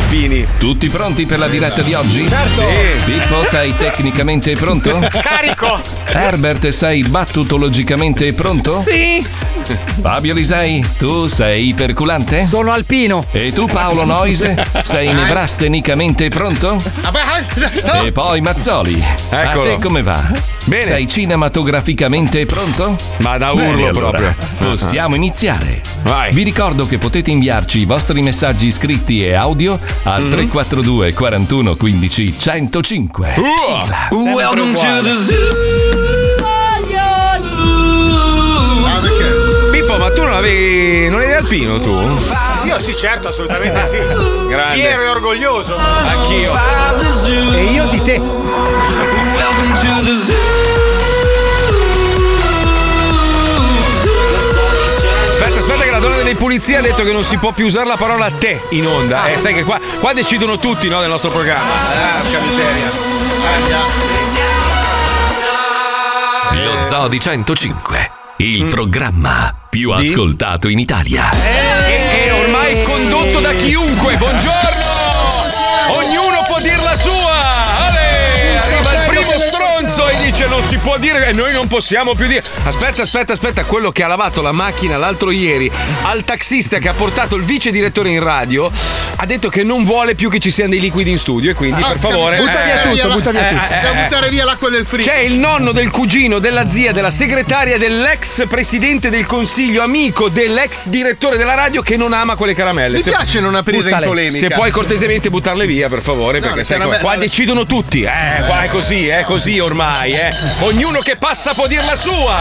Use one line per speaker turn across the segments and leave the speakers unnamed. Zampini.
Tutti pronti per la diretta di oggi?
Certo. Sì.
Pippo, sei tecnicamente pronto?
Carico!
Herbert, sei battutologicamente pronto?
Sì!
Fabio Lisei, tu sei iperculante?
Sono alpino.
E tu Paolo Noise, sei nevrastenicamente pronto?
Ah,
E poi Mazzoli,
Eccolo.
a te come va?
Bene.
Sei cinematograficamente pronto?
Ma da
Bene,
urlo
allora,
proprio.
Possiamo iniziare.
Vai.
Vi ricordo che potete inviarci i vostri messaggi scritti e audio al
Mm-hmm.
342 41 15 105. Sigla.
Welcome to the
Ah,
Pippo, ma tu non avevi. non eri alpino tu?
Io sì, certo, assolutamente sì.
Grande.
Fiero e orgoglioso.
Anch'io.
E io di te.
Welcome to the zoo.
Aspetta, aspetta, che la donna delle pulizie ha detto che non si può più usare la parola te in onda. Eh, sai che qua, qua decidono tutti, no, del nostro programma. Ah, Porca miseria.
Lo Zoo di 105, il
Mm.
programma più ascoltato in Italia.
Eh? Che è ormai condotto da chiunque. Buongiorno! Ognuno può dir la sua! Ale! Arriva il primo stronzo e dice non si può dire e noi non possiamo più dire. Aspetta, aspetta, aspetta, quello che ha lavato la macchina l'altro ieri al taxista che ha portato il vice direttore in radio ha detto che non vuole più che ci siano dei liquidi in studio e quindi
Ah,
per favore.
Butta via
eh,
tutto, butta via
eh,
tutto.
eh, eh,
Devo
eh.
buttare via l'acqua del frigo.
C'è il nonno del cugino, della zia, della segretaria, dell'ex presidente del consiglio, amico dell'ex direttore della radio che non ama quelle caramelle.
Mi
Se-
piace non aprire
buttale.
in polemica.
se puoi cortesemente buttarle via, per favore, perché
no,
sai
c'era
com'è.
be-
qua
no,
decidono tutti. Eh, qua è così, è così ormai, eh. Ognuno che passa può dir la sua.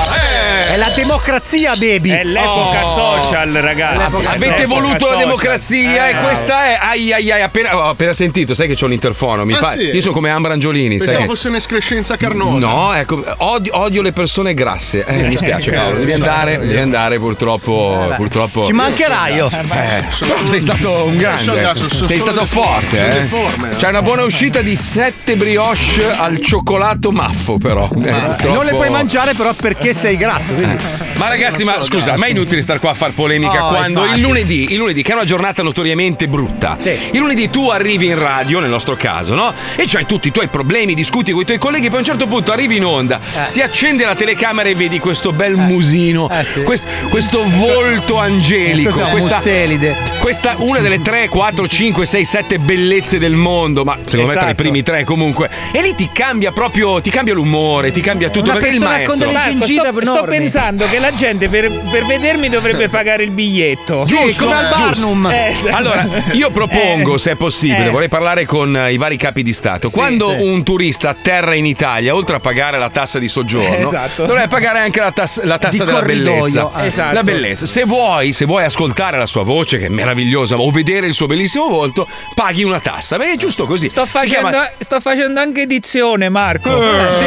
Eh.
È la democrazia, baby.
È l'epoca
Oh.
social, ragazzi. È
Avete
l'epoca
voluto la
social.
democrazia
Eh,
e questa è. Ai ai ai, appena, ho appena sentito, sai che c'ho l'interfono. Mi
Ah,
fa-
sì?
Io sono come Ambra Angiolini. sai
Pensavo
che-
fosse un'escrescenza carnosa.
No, ecco, odio, odio le persone grasse. Eh, mi spiace, Paolo. Devi andare, devi andare purtroppo. purtroppo. Eh,
Ci mancherà io.
Però sei stato
Sono
un grande. eh.
andato, sono- sono
sei stato
le-
forte.
sono
eh.
le forme.
C'è una buona uscita di sette brioche al cioccolato maffo, però. Eh, purtroppo-
Non le puoi mangiare però perché sei grasso. quindi-
Ma ragazzi, ma scusa, ma è inutile star qua a far polemica
Oh,
quando
infatti.
il lunedì, il lunedì, che è una giornata notoriamente brutta,
Sì.
il lunedì tu arrivi in radio, nel nostro caso, no? E c'hai tutti i tuoi problemi, discuti con i tuoi colleghi, poi a un certo punto arrivi in onda, si accende la telecamera e vedi questo bel musino,
Eh, sì.
quest- questo volto angelico,
Cos'è?
questa,
Mustelide.
questa una delle 3, 4, 5, 6, 7 bellezze del mondo, ma secondo me tra i
Esatto.
primi tre comunque. E lì ti cambia proprio, ti cambia l'umore, ti cambia tutto,
Una
perché il
persona con
maestro...
delle
Marco,
Gengive
Ah, sto, sto
enormi. Eh.
pensando che la gente per, per vedermi dovrebbe pagare il biglietto.
Sì, come al Barnum.
Eh, esatto.
Allora, io propongo,
Eh,
se è possibile,
eh.
vorrei parlare con eh, i vari capi di Stato. Quando
sì.
un turista atterra in Italia, oltre a pagare la tassa di soggiorno,
Esatto.
dovrebbe pagare anche la, tass- la tassa
Di
della
corridoio,
bellezza.
eh.
Esatto.
La bellezza. Se vuoi, se vuoi ascoltare la sua voce, che è meravigliosa, o vedere il suo bellissimo volto, paghi una tassa. Beh, è giusto così.
Sto
Si
facendo,
chiama-
sto facendo anche edizione, Marco.
Ah, sì.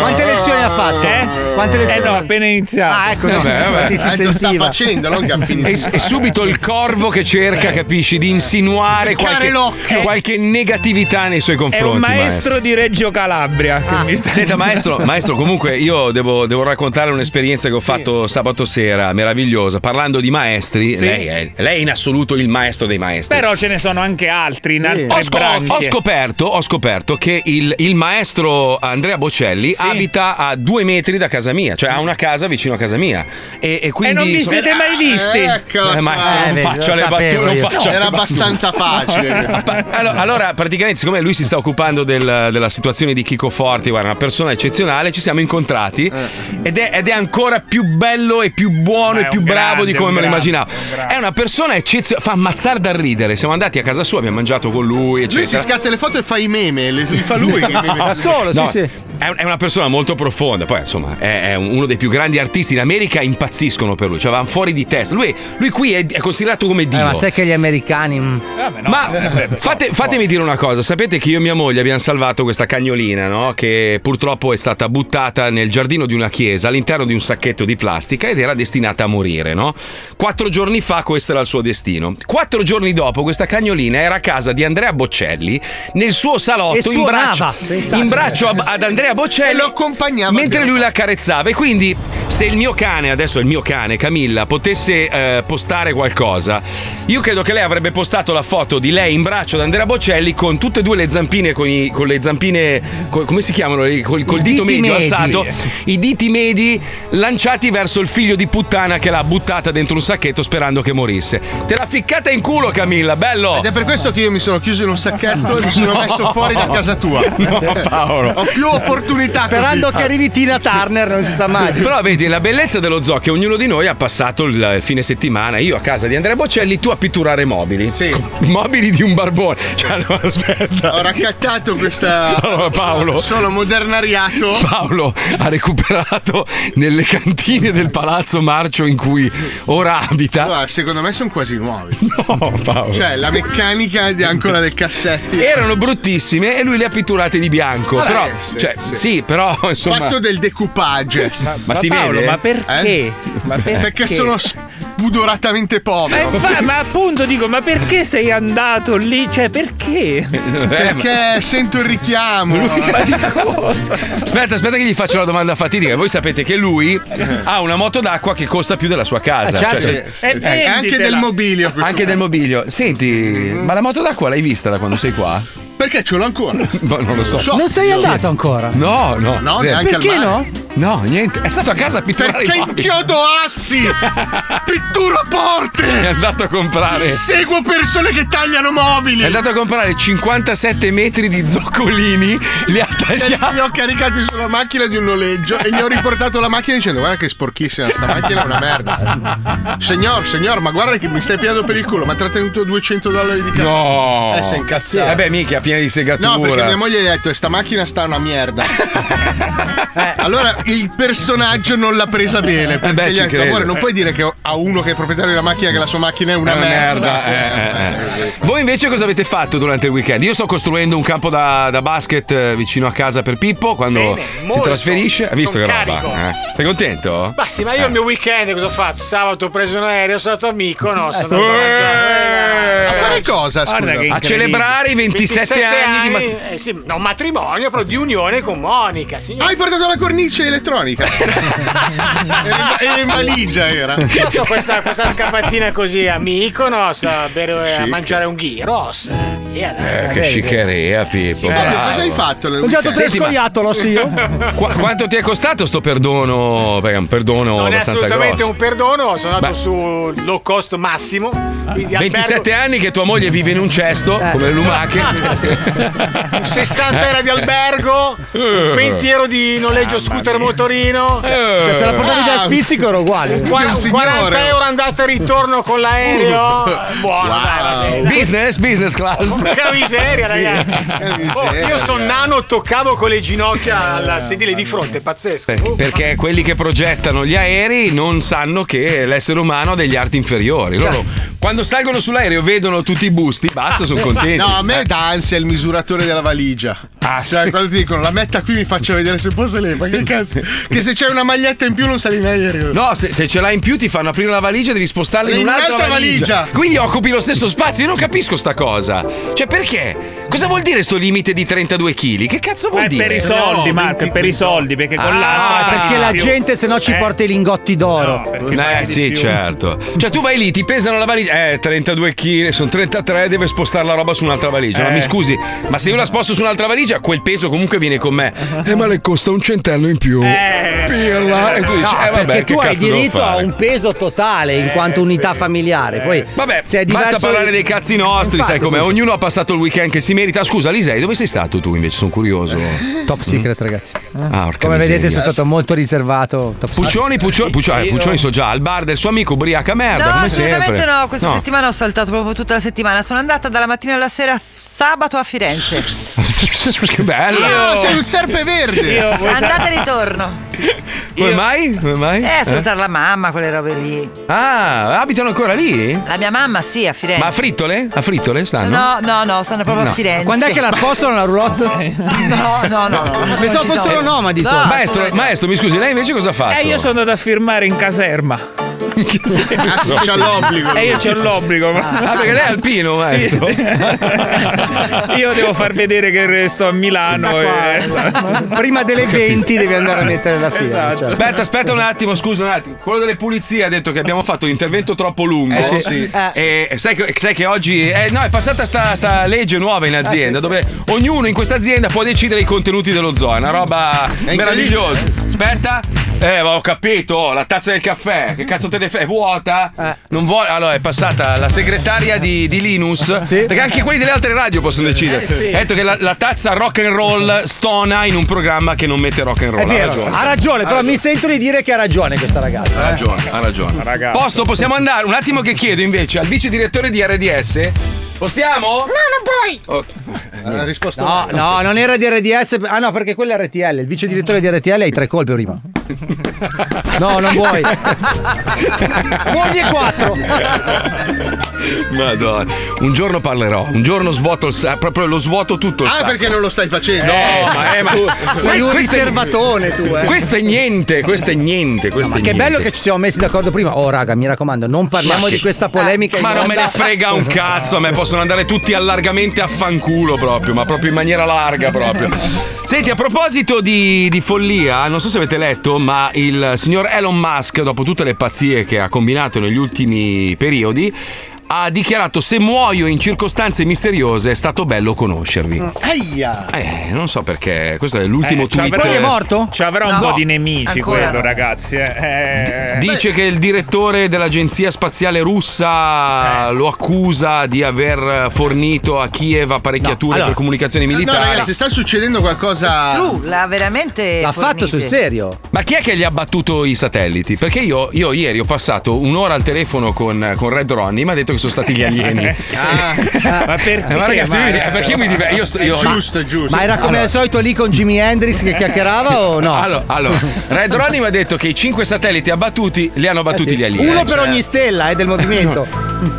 Quante lezioni ha fatto?
Eh?
Quante
Eh
lezioni?
no,
ha-
appena iniziato.
Ah, ecco, no.
Vabbè, vabbè.
infatti si
Eh, lo sta
sentiva.
facendo, non che ha finito.
È, è subito il corvo che
Eh.
cerca, capisci, di insinuare
Peccare
qualche,
l'occhio.
qualche negatività nei suoi
È
confronti.
un
maestro.
maestro di Reggio Calabria.
Ah.
Che mi sta...
Senta, maestro, maestro, comunque io devo, devo raccontare un'esperienza che ho fatto sabato sera, meravigliosa. Parlando di maestri,
Sì.
lei, è, lei è in assoluto il maestro dei maestri.
Però ce ne sono anche altri in altre
ho, scop-
branche.
ho scoperto, ho scoperto che il, il maestro Andrea Bocelli
Sì.
abita a due metri da casa mia, cioè ha una casa vicino a casa mia. E, e
E
quindi.
Eh, non vi
sono-
siete mai visti?
Eccola
Eh,
qua.
maestro,
Eh,
non
vedi,
faccia
lo
le
sapevo
battute, non
io.
Era
faccia le battute.
abbastanza facile.
Pa- Allora, allora, praticamente, siccome lui si sta occupando del- della situazione di Chico Forti, guarda, una persona eccezionale, ci siamo incontrati
Eh.
ed è, ed è ancora più bello e più buono
Ma
e
è
più
un
bravo
grande,
di come
un
me lo
grande,
immaginavo.
un grande.
È una persona eccezionale, fa ammazzare da ridere. Siamo andati a casa sua, abbiamo mangiato con lui,
Lui si
eccetera. Ah,
scatta le foto e fa i meme, li, li fa lui.
Da solo,
No,
sì, sì.
È un- è una persona molto profonda, poi insomma è, è un- uno dei più grandi artisti in America, impazziscono per lui, cioè vanno fuori di testa. Lui, lui qui è, è considerato come Dio.
Eh, ma sai che gli americani. mm,
Vabbè, no.
Ma
Eh, beh, beh,
fate-
no.
fatemi dire una cosa, sapete che io e mia moglie abbiamo salvato questa cagnolina, no? Che purtroppo è stata buttata nel giardino di una chiesa all'interno di un sacchetto di plastica ed era destinata a morire, no? Quattro giorni fa questo era il suo destino. Quattro giorni dopo questa cagnolina era a casa di Andrea Boccelli nel suo salotto
E
in
suonava,
braccio,
pensate.
in braccio a- ad Andrea Andrea Bocelli
E lo accompagnava
mentre
al
lui la accarezzava e quindi se il mio cane, adesso è il mio cane Camilla, potesse eh, postare qualcosa, io credo che lei avrebbe postato la foto di lei in braccio ad Andrea Bocelli con tutte e due le zampine, con, i- con le zampine, co- come si chiamano? Col, col
I
dito
diti
medio
medi.
alzato, i diti medi lanciati verso il figlio di puttana che l'ha buttata dentro un sacchetto sperando che morisse. Te l'ha ficcata in culo Camilla, bello!
Ed è per questo che io mi sono chiuso in un sacchetto e mi sono messo fuori da casa tua. Eh,
No, Paolo.
Ho più opportunità
Sperando
così.
che arrivi Tina Turner, non si sa mai.
Però vedi la bellezza dello zoo è che ognuno di noi ha passato il fine settimana, io a casa di Andrea Bocelli, tu a pitturare mobili.
Sì.
Mobili di un barbone. Cioè, no, aspetta.
Ho raccattato questa.
Allora, Paolo.
Sono Eh, modernariato.
Paolo ha recuperato nelle cantine del palazzo marcio in cui ora abita.
Guarda, secondo me sono quasi nuovi.
No, Paolo.
Cioè, la meccanica di ancora del cassetti.
Erano bruttissime e lui le ha pitturate di bianco.
Ah,
però,
eh, sì,
cioè, sì.
sì.
però insomma.
Fatto del decoupage.
Ma
Ma
si
Paolo,
vede?
ma perché?
Eh?
Ma perché?
Perché sono spudoratamente
Ma,
Eh,
povero.
infa- ma appunto dico, ma perché sei andato lì? Cioè, perché?
Eh, ma-
Perché sento il richiamo. Eh,
Ma di cosa?
Aspetta, aspetta che gli faccio la domanda fatidica. Voi sapete che lui ha una moto d'acqua che costa più della sua casa.
certo.
Cioè,
Sì,
se-
sì, sì.
Eh,
E anche
venditela.
del mobilio. questo Mm-hmm.
Anche del mobilio. Senti, ma la moto d'acqua l'hai vista da quando sei qua?
Perché ce l'ho ancora?
Boh, non lo so.
So.
Non sei andato ancora?
No, no.
No,
zero.
neanche
Perché
al mare.
no?
No, niente. È stato a casa a pitturare
Perché
i mobili.
inchiodo assi! Pitturo
È
porte!
andato a comprare.
Seguo persone che tagliano mobili!
È andato a comprare 57 metri di zoccolini, li ha tagliati.
Li ho caricati sulla macchina di un noleggio e gli ho riportato la macchina dicendo guarda che sporchissima sta macchina è una merda signor signor ma guarda che mi stai pigliando per il culo mi ha trattenuto 200 dollari di cazzo
No.
Eh, sei incazzato.
Eh beh, mica piena di segatura.
No, perché mia moglie gli ha detto: Sta macchina sta una merda. Eh, allora il personaggio non l'ha presa bene. Perché
Eh, beh,
gli
ci
ha detto:
credo.
Amore, non puoi dire che a uno che è proprietario di una macchina che la sua macchina è una
Una
merda.
merda. eh, eh, eh. Voi invece cosa avete fatto durante il weekend? Io sto costruendo un campo da, da basket eh, vicino a casa per Pippo quando
Bene,
si
molto.
trasferisce. Hai visto
Sono
che
carico.
roba? eh? Sei contento?
Ma sì, ma io il mio weekend cosa faccio? Sabato ho preso un aereo, sono stato amico,
Ah,
no, sono andato a mangiare.
A
Eh,
fare cosa? Scusa.
Guarda che
A
incredibile.
celebrare i 27, anni, di mat-
eh, sì, no, un matrimonio, però di unione con Monica, signor.
Hai portato la cornice elettronica. Era in- era in valigia era.
Io ho questa, questa scampatina così amico, no, a, bere, a
Chic.
mangiare un ghiros. Yeah.
Eh, che sciccheria, Pippo.
Fabio,
bravo.
cosa hai fatto? nel
Ho mangiato
weekend?
tre
Senti, ma-
scoiattolo, sì. io.
Qua- quanto ti è costato sto perdono? Perché è un perdono
Non è
abbastanza
assolutamente
grosso.
un perdono, sono andato
Beh.
su low cost massimo.
Ah,
Quindi
27
albergo,
anni che tua moglie vive in un cesto
Eh.
come le lumache.
60 era di albergo, 20 euro di noleggio scooter motorino.
Ah, Eh,
Cioè, Se la portavi da spizzico era uguale.
Qua-
Che un signore.
40 euro andata e ritorno con l'aereo. Buono, dai, va bene.
Uh. business, business class.
Porca miseria, ragazzi. Oh,
miseria.
io sono nano, toccavo con le ginocchia
Eh,
al sedile di fronte, pazzesco.
Per- perché quelli che progettano gli aerei non sanno che l'essere umano ha degli arti inferiori. Loro quando salgono sull'aereo vedono tutti i busti, basta, sono contenti.
Esatto.
Eh.
No, a me dà ansia il misuratore della valigia.
Ah,
cioè,
sì.
quando ti dicono la metta qui mi faccio vedere se posso lei, ma che cazzo? Che se c'è una maglietta in più non sali in aereo.
No, se, se ce l'hai in più ti fanno aprire la valigia e devi spostarla in,
In
un'altra,
un'altra
valigia.
valigia.
Quindi occupi lo stesso spazio. Io non capisco sta cosa. Cioè, perché? Cosa vuol dire sto limite di 32 kg? Che cazzo vuol
È
dire?
Eh, per i soldi,
No,
Marco, è per i soldi, perché con
Ah,
l'altra. è
Perché la
più.
gente se no ci
Eh,
porta i lingotti d'oro.
no, perché
Eh
paghi di
sì,
più.
certo. Cioè tu vai lì, ti pesano la valigia, eh 32 kg, sono 33, deve spostare la roba su un'altra valigia. Ma
Eh.
mi scusi, ma se io la sposto su un'altra valigia, quel peso comunque viene con me. Eh ma le costa un centello in più.
Eh.
Pirla. E tu dici,
No,
eh vabbè,
perché
che
tu hai
cazzo devo
diritto a
fare?
un peso totale in quanto unità familiare. Poi
Vabbè,
se è
basta
diverso-
parlare dei cazzi nostri, sai
Infatti,
com'è? Ognuno ha passato il weekend che si merita. Scusa, Lisei, dove sei stato tu invece? Sono curioso.
Top secret, ragazzi. Eh?
Ah, orca
Come vedete,
miseria.
sono stato molto riservato. Top secret.
Puccioni, Puccioni, Puccioni,
Io-
Puccioni so già, al bar del suo amico ubriaca merda,
No,
come
assolutamente
sempre.
no. Questa settimana ho saltato proprio tutta la settimana. Sono andata dalla mattina alla sera f- sabato a Firenze.
Che bello!
Ah, sei un serpeverde!
Io voi sa-
Andata e ritorno.
Come mai? Come mai?
Eh, a salutare la mamma, quelle robe lì.
Ah, abitano ancora lì?
La mia mamma, sì, a Firenze.
Ma a frittole? A frittole stanno?
No, no, no, stanno proprio
No.
a Firenze.
Quando è che la spostano la roulotte?
No, Oh, no, no. no
Pensavo
Non ci
fossero
sono.
nomadi. tu.
No.
Maestro,
assolutamente.
maestro, mi scusi, lei invece cosa ha fatto?
Eh, io sono andato a firmare in caserma.
Ah, sì, c'ha l'obbligo.
E io c'ho l'obbligo. Ma...
Ah, perché lei è alpino,
Sì,
maestro.
sì. Io devo far vedere che sto a Milano. e-
eh.
Prima delle 20 devi andare a mettere la fila. cioè.
Aspetta, aspetta un attimo, scusa un attimo. Quello delle pulizie ha detto che abbiamo fatto un intervento troppo lungo.
Eh, sì.
E sai, che- sai che oggi eh, no, è passata sta, sta legge nuova in azienda dove ognuno in questa azienda può decidere i contenuti dello zoo. È una roba
incredibile.
meravigliosa. Aspetta. Eh, ma ho capito, la tazza del caffè, che cazzo te ne fai? È vuota? Non vuole. Allora, è passata la segretaria di, di Linus. Perché anche quelli delle altre radio possono decidere. Ha detto che la, la tazza rock and roll stona in un programma che non mette rock and roll.
È
Ha
vero,
ragione.
ha ragione, però mi sento di dire che ha ragione questa ragazza.
Ha ragione, ha ragione. Posto, possiamo andare? Un attimo che chiedo invece al vice direttore di RDS. Possiamo? Oh.
La risposta
No, no, non era di RDS. Ah no, perché quello è RTL. Il vice direttore di RTL hai tre colpe prima. No, non vuoi. Buoni e quattro.
Madonna. Un giorno parlerò, un giorno svuoto il sa- proprio lo svuoto tutto il
Ah,
sacco.
perché non lo stai facendo?
No, ma eh, ma tu-
Sei
questo,
un
questo è,
riservatone tu, eh.
questo è niente, questo è niente, questo
Ma
è
che
niente.
bello che ci siamo messi d'accordo prima. Oh, raga, mi raccomando, non parliamo
Ma che-
di questa polemica. in
Eh, ma non me ne
onda.
frega un cazzo, a me possono andare tutti allargamente a fanculo proprio, ma proprio in maniera larga proprio. Senti, a proposito di, di follia, non so se avete letto, ma il signor Elon Musk, dopo tutte le pazzie che ha combinato negli ultimi periodi, ha dichiarato se muoio in circostanze misteriose è stato bello conoscervi.
Aia!
Eh, non so perché, questo è l'ultimo
Mm. Eh,
tweet.
avrà-
Poi è morto?
Ci avrà un
No.
po' di nemici
Ancora
quello,
no.
ragazzi. eh. Eh.
Dice che il direttore dell'agenzia spaziale russa
Eh.
lo accusa di aver fornito a Kiev apparecchiature
allora-
per comunicazioni
No,
militari.
ragazzi, sta succedendo qualcosa.
True, l'ha veramente.
L'ha fatto
fornite.
sul serio.
Ma chi è che gli ha battuto i satelliti? Perché io, io ieri ho passato un'ora al telefono con, con Red Ronnie, mi ha detto che sono stati gli alieni.
Eh.
Ah,
Ma perché?
Eh, ma ragazzi,
Ma-
io mi- eh, perché io mi diverto? Io, sto-
è
io-
giusto, è giusto.
Ma era come al solito lì con Jimi Hendrix che chiacchierava o no?
Allora, allora, Red Ronnie mi ha detto che i cinque satelliti abbattuti li hanno
Eh sì.
abbattuti gli alieni.
Uno per ogni stella eh, del movimento.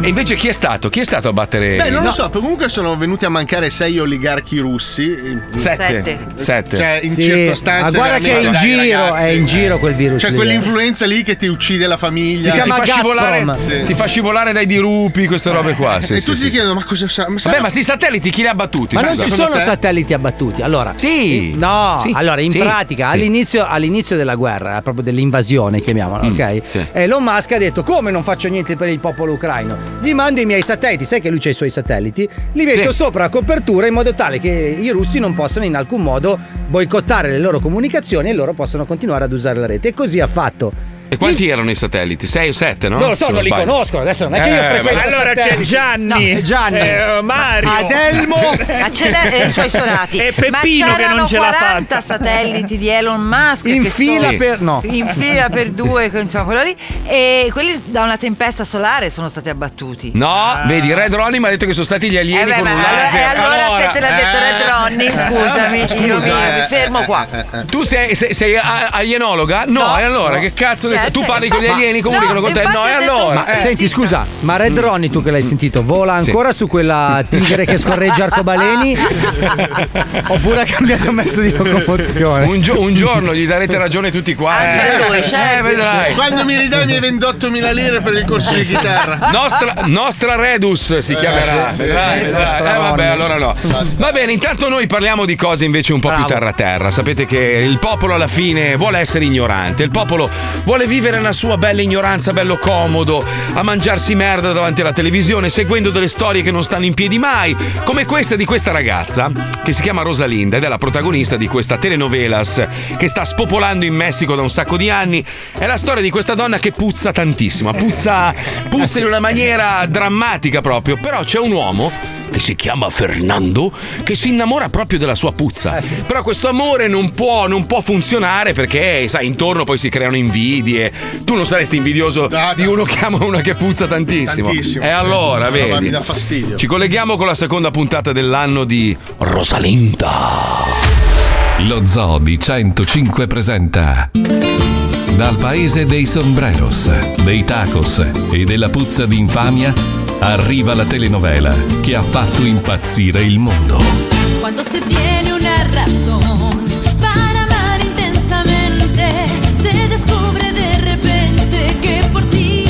E invece chi è stato? Chi è stato a battere?
Beh, non lo so, comunque sono venuti a mancare sei oligarchi russi.
Sette.
Sette.
Sette.
Cioè, in
Sì,
circostanze.
Ma guarda che è in
veramente- Dai,
giro,
ragazzi.
è in giro quel virus.
C'è
lì, eh.
quell'influenza lì che ti uccide la famiglia.
Si
ti,
chiama
fa scivolare,
Gazprom.
Sì.
ti fa scivolare dai dirupi, queste robe qua. Sì,
e
sì,
tutti
sì,
ti
sì.
chiedono, ma cosa sa? Ma
Vabbè,
sarà-
ma sti satelliti chi li ha battuti?
Ma non
Scusa.
ci
secondo
sono
te?
satelliti abbattuti. Allora,
Sì.
i- no,
Sì.
allora in
Sì.
pratica
Sì.
all'inizio, all'inizio della guerra, eh, proprio dell'invasione, chiamiamola, ok?
Mm, sì.
Elon Musk ha detto: Come non faccio niente per il popolo ucraino? Gli mando i miei satelliti, sai che lui c'ha i suoi satelliti, li metto
Sì.
sopra la copertura in modo tale che i russi non possano in alcun modo boicottare le loro comunicazioni e loro possono continuare ad usare la rete. E così ha fatto.
E quanti erano i satelliti? 6 o 7, no?
Non lo so,
Se
non li
sbaglio.
conoscono, adesso non è che io
Eh,
frequento
Allora c'è
satelliti.
Gianni,
No, Gianni.
eh, Mario,
Adelmo
Acceler- e eh, i suoi sonati.
E Peppino
Ma
che
c'erano
non ce l'ha
40
fatta.
satelliti di Elon Musk.
in
che
fila
Sì.
sono-
per no.
In fila per due, che insomma, quello lì. E quelli da una tempesta solare sono stati abbattuti.
No, vedi, Red Ronnie mi ha detto che sono stati gli
Eh,
alieni
beh,
con
ma
un
allora-
laser. eh.
e allora, se te l'ha detto Red Ronnie, scusami, io mi,
scusa, eh.
mi fermo qua.
Tu sei, sei, sei a- alienologa? No,
No.
e allora che cazzo ne sai? Tu
Certo.
parli con gli alieni, comunicano
No,
con te?
infatti
No, e
ho detto-
allora? Mm.
Ma
Eh,
senti,
sì.
scusa, ma Red Ronnie, tu che l'hai sentito, vola
Sì.
ancora su quella tigre che scorreggia arcobaleni? Oppure ha cambiato mezzo di locomozione?
Un, gio- un giorno gli darete ragione tutti quanti.
Anche lui,
eh,
certo.
vedrai.
Quando mi ridai i miei 28.000 lire per il corso di chitarra? Eh,
Nostra, nostra Redus si chiamerà.
sì, sì.
Vedrai, vedrai.
Nostra
Eh, vabbè,
nonna.
allora no.
Basta.
Va bene, intanto noi parliamo di cose invece un po' più terra terra. Sapete che il popolo alla fine vuole essere ignorante. Il popolo vuole vivere una sua bella ignoranza, bello comodo, a mangiarsi merda davanti alla televisione, seguendo delle storie che non stanno in piedi mai, come questa di questa ragazza che si chiama Rosalinda ed è la protagonista di questa telenovelas che sta spopolando in Messico da un sacco di anni. È la storia di questa donna che puzza tantissimo, puzza, puzza in una maniera drammatica proprio, però c'è un uomo che si chiama Fernando, che si innamora proprio della sua
Eh,
puzza. Però questo amore non può, non può funzionare perché, sai, intorno poi si creano invidie. Tu non saresti invidioso
Ah, No, no.
di uno che ama una che puzza tantissimo.
Tantissimo.
E Eh, allora,
No,
vedi.
ma mi dà fastidio.
Ci colleghiamo con la seconda puntata dell'anno di Rosalinda.
Lo Zoo di 105 presenta Dal paese dei sombreros, dei tacos e della puzza di infamia arriva la telenovela che ha fatto impazzire il mondo.
Cuando se tiene una razón para amar intensamente, se descubre de repente que por ti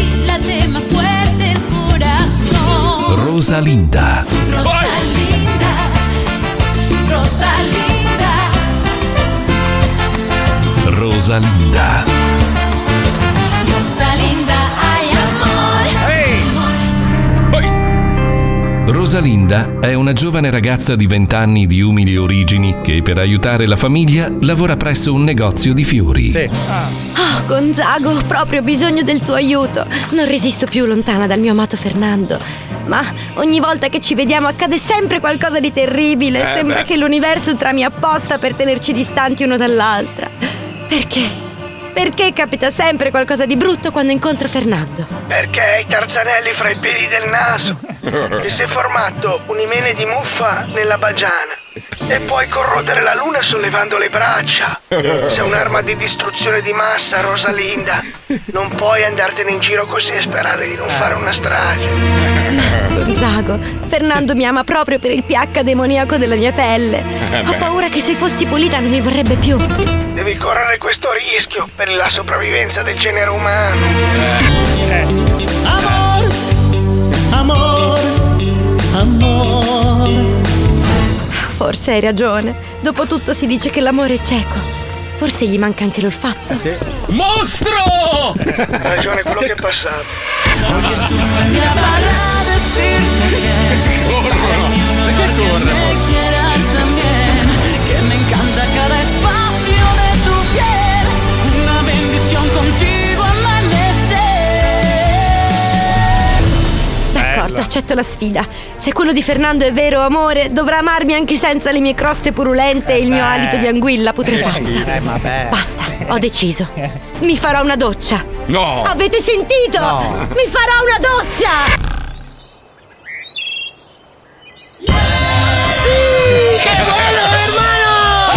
Rosalinda.
Rosalinda, Rosalinda,
Rosalinda.
Rosalinda, ay amor.
Rosalinda è una giovane ragazza di 20 anni di umili origini che per aiutare la famiglia lavora presso un negozio di fiori.
Oh, Gonzago, ho proprio bisogno del tuo aiuto. Non resisto più lontana dal mio amato Fernando. Ma ogni volta che ci vediamo accade sempre qualcosa di terribile.
Eh,
Sembra
beh.
che l'universo trami apposta per tenerci distanti uno dall'altra. Perché? Perché capita sempre qualcosa di brutto quando incontro Fernando?
Perché hai i tarzanelli fra i peli del naso? Ti sei formato un imene di muffa nella bagiana. E puoi corrodere la luna sollevando le braccia. Sei un'arma di distruzione di massa, Rosalinda. Non puoi andartene in giro così e sperare di non fare una strage.
Gonzago, Fernando mi ama proprio per il pH demoniaco della mia pelle.
Eh,
Ho
beh.
paura che se fossi pulita non mi vorrebbe più.
Devi correre questo rischio per la sopravvivenza del genere umano.
Amor, amor, amor.
Forse hai ragione. Dopotutto si dice che l'amore è cieco. Forse gli manca anche l'olfatto.
Eh,
¡Monstruo!
Ah,
Hai ragione quello che è passato.
Quieras también, que me encanta cada espacio de tu piel. Una bendición contigo amanecer.
D'accordo, accetto la sfida. Se quello di Fernando è vero amore, dovrà amarmi anche senza le mie croste purulente e il mio alito di anguilla putrefatta.
Eh, vabbè.
Basta, ho deciso. Mi farò una doccia.
No!
Avete sentito?
No.
Mi farò una doccia!
Sì, che bello, hermano!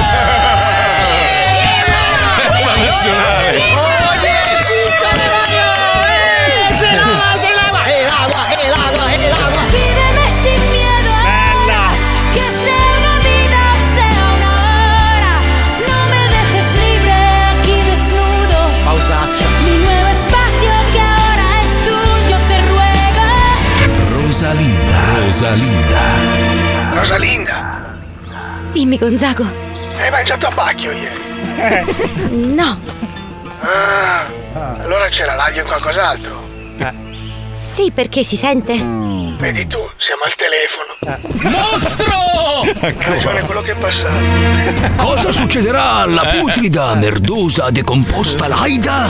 Festa nazionale.
Oye, sí, coronario, eh, se lava, se lava, el agua, el agua, el agua. Víveme sin miedo. Que sea una vida, sea una hora. No me dejes libre aquí desnudo. Mi nuevo espacio que ahora es tuyo, te ruego.
Rosalinda. Rosalinda.
Rosalinda,
Dimmi, Gonzago.
hai mangiato a pacchio ieri?
No,
Ah, allora c'era l'aglio in qualcos'altro.
sì, perché si sente?
Vedi tu, siamo al telefono.
Mostro!
Hai ragione quello che è passato.
Cosa succederà alla
Eh.
Eh.
putrida, merdosa, decomposta Laida?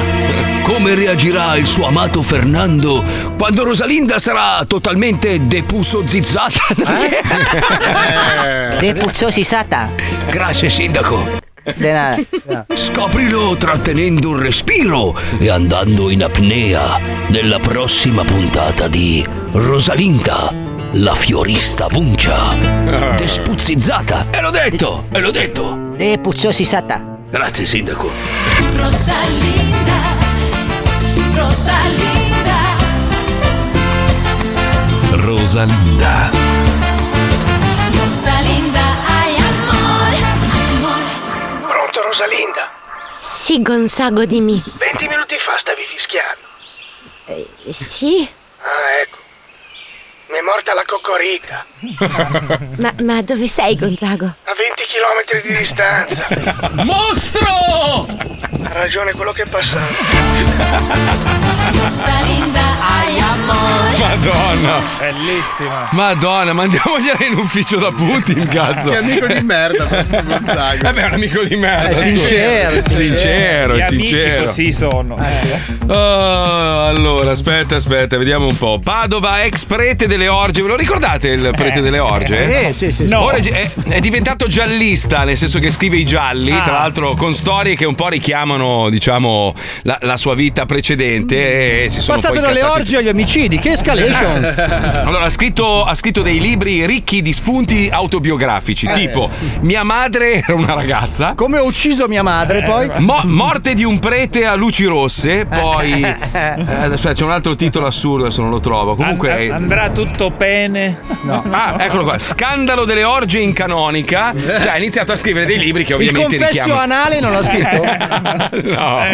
Come reagirà il suo amato Fernando quando Rosalinda sarà totalmente depussozizzata?
Eh?
Depuzzosisata.
Grazie, sindaco.
Denaro.
Scoprilo trattenendo il respiro e andando in apnea nella prossima puntata di Rosalinda, la fiorista
Ah.
vuncia, despuzzizzata. E l'ho detto, e l'ho detto.
Depuzzosisata.
Grazie, sindaco.
Rosalinda, Rosalinda,
Rosalinda.
Rosalinda, ay amor, amor.
Pronto Rosalinda?
Sì, Gonzago, dimmi.
20 minuti fa stavi fischiando.
Sì?
Ah, ecco. Mi è morta la cocorita.
Ma, ma dove sei, Gonzago?
A 20 km di distanza.
Mostro!
Ha ragione quello che è passato.
Rosalinda, ay amor.
Madonna.
Bellissima.
Madonna, mandiamogliela in ufficio da Putin, cazzo.
Che amico di merda, questo Gonzago.
Vabbè, è un amico Ecco di merda.
È
scusa.
sincero,
È sincero,
Gli
è
amici
sincero.
così sono.
Ah, allora, aspetta, aspetta, vediamo un po'. Padova, ex prete delle orge. Ve lo ricordate il prete delle orge?
Eh,
eh?
Sì, sì, sì, sì.
Ora è, è- è diventato giallista, nel senso che scrive i gialli,
Ah.
tra l'altro con storie che un po' richiamano, diciamo, la, la sua vita precedente. E si sono
Passato
poi
dalle
incazzati
orge agli omicidi, che escalation!
allora, ha scritto, ha scritto dei libri ricchi di spunti autobiografici,
Eh.
tipo Mia madre era una ragazza.
Come ho ucciso mia madre, poi.
Eh, Mo- morte di un prete a luci rosse, poi. eh, aspetta, c'è un altro titolo assurdo, adesso non lo trovo. Comunque.
And- andrà tutto bene.
No. Ah, eccolo qua. Scandalo delle orge in canonica. Cioè, ha iniziato a scrivere dei libri che
Il
ovviamente
confessio
richiamano.
anale non l'ha scritto?
No.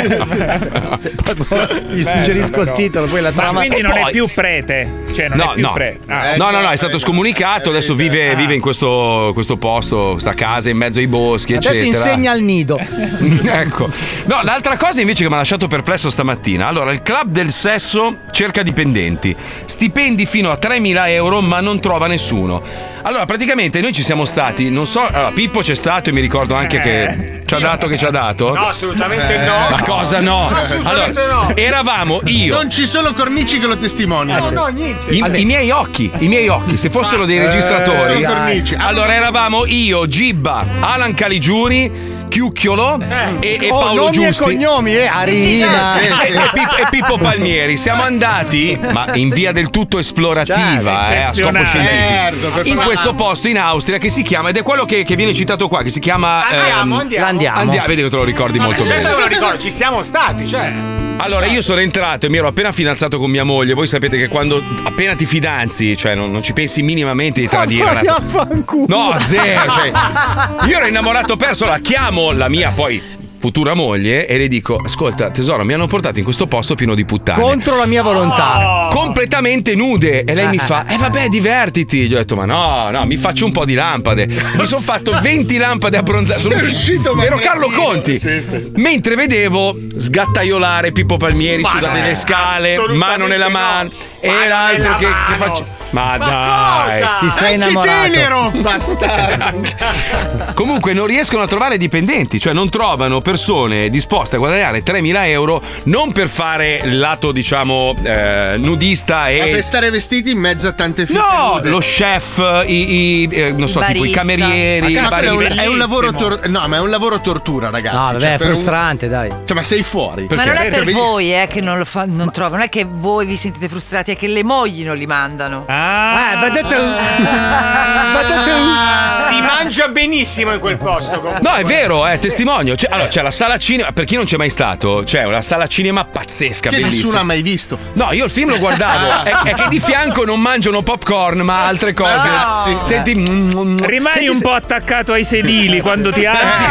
Gli suggerisco il titolo, poi la trama.
Ma quindi
E
non
poi-
è più prete. Cioè, non
no,
è più
no.
prete. Ah.
no, no, no, è stato scomunicato. Adesso vive, vive in questo, questo posto, sta casa in mezzo ai boschi,
Adesso
eccetera.
insegna al nido.
ecco. No, l'altra cosa invece che mi ha lasciato perplesso stamattina. Allora, il club del sesso cerca dipendenti. Stipendi fino a 3.000 euro, ma non trova nessuno. Allora, praticamente noi ci siamo stati, non so, allora, Pippo c'è stato e mi ricordo anche
Eh,
che ci ha dato che ci ha dato.
No, assolutamente
Eh.
no.
Ma cosa no?
Assolutamente
allora,
no.
Eravamo io.
Non ci sono cornici che lo testimoniano.
No, no,
niente.
I, i miei occhi, i miei occhi, se fossero dei
Eh,
registratori.
sono cornici.
allora eravamo io, Gibba, Alan Caligiuri. Chiucchiolo
Eh,
e, e
Oh,
Paolo
nomi e
Giusti
cognomi, eh, Arina.
Sì, sì,
Sì, sì.
E, e Pippo, e Pippo Palmieri siamo andati ma in via del tutto esplorativa
Certo,
eh, a scopo
eccezionale. Certo,
scientifico
per
in
favore.
questo posto in Austria che si chiama ed è quello che, che viene citato qua che si chiama
Andiamo,
ehm,
andiamo.
Andia- vedi che te lo ricordi molto
Certo
bene
che me lo ricordo, ci siamo stati, cioè.
allora, io sono entrato e mi ero appena fidanzato con mia moglie. Voi sapete che quando appena ti fidanzi, cioè non, non ci pensi minimamente di tradire.
Vai a
ragazzi.
fanculo.
No, zero. cioè, io ero innamorato perso, la chiamo la mia poi futura moglie e le dico: Ascolta, tesoro, mi hanno portato in questo posto pieno di puttane.
Contro la mia volontà.
Completamente nude. E lei mi fa: Eh vabbè, divertiti. Gli ho detto: Ma no, no, mi faccio un po' di lampade. Mi sono fatto 20 lampade abbronzate. Sono
Sei uscito, ma
Ero
per
Carlo
dire.
Conti.
Sì, sì.
Mentre vedevo sgattaiolare Pippo Palmieri
Ma
su da
no,
delle scale,
assolutamente
mano nella
no.
mano,
Mano
e l'altro
nella
che, che
mano.
faccio. Ma,
Ma
dai,
cosa? Eh,
ti sei
Anche
innamorato.
Tenero, bastardo.
Comunque non riescono a trovare dipendenti, cioè non trovano persone disposte a guadagnare 3.000 euro non per fare il lato diciamo eh, nudista
Ma per
e...
stare vestiti in mezzo a tante fitte
No,
nude.
lo chef, i, i- eh, non so, tipo i
Barista. Ma
camerieri,
sì,
i
ma quello è, un,
baristi.
è un lavoro tor- no, ma è un lavoro tortura, ragazzi. cioè,
No, vabbè, è
per un-
frustrante, dai.
Cioè, ma sei fuori.
Ma non è per
Vedi-
voi eh, che non lo fa, non trovo, non è che voi vi sentite frustrati, è che le mogli non li mandano.
Ah,
eh, vedete.
Si mangia benissimo in quel posto. Comunque.
No, è vero, è testimonio. C'è, allora, c'è la sala cinema, per chi non c'è mai stato, c'è una sala cinema pazzesca,
Che nessuno
bellissima.
ha mai visto.
No, io il film lo guardavo. è, è che di fianco non mangiano popcorn, ma altre
Ah,
cose.
Grazie.
Eh.
Senti,
Ah. Rimani
Senti
un
se-
po' attaccato ai sedili quando ti alzi.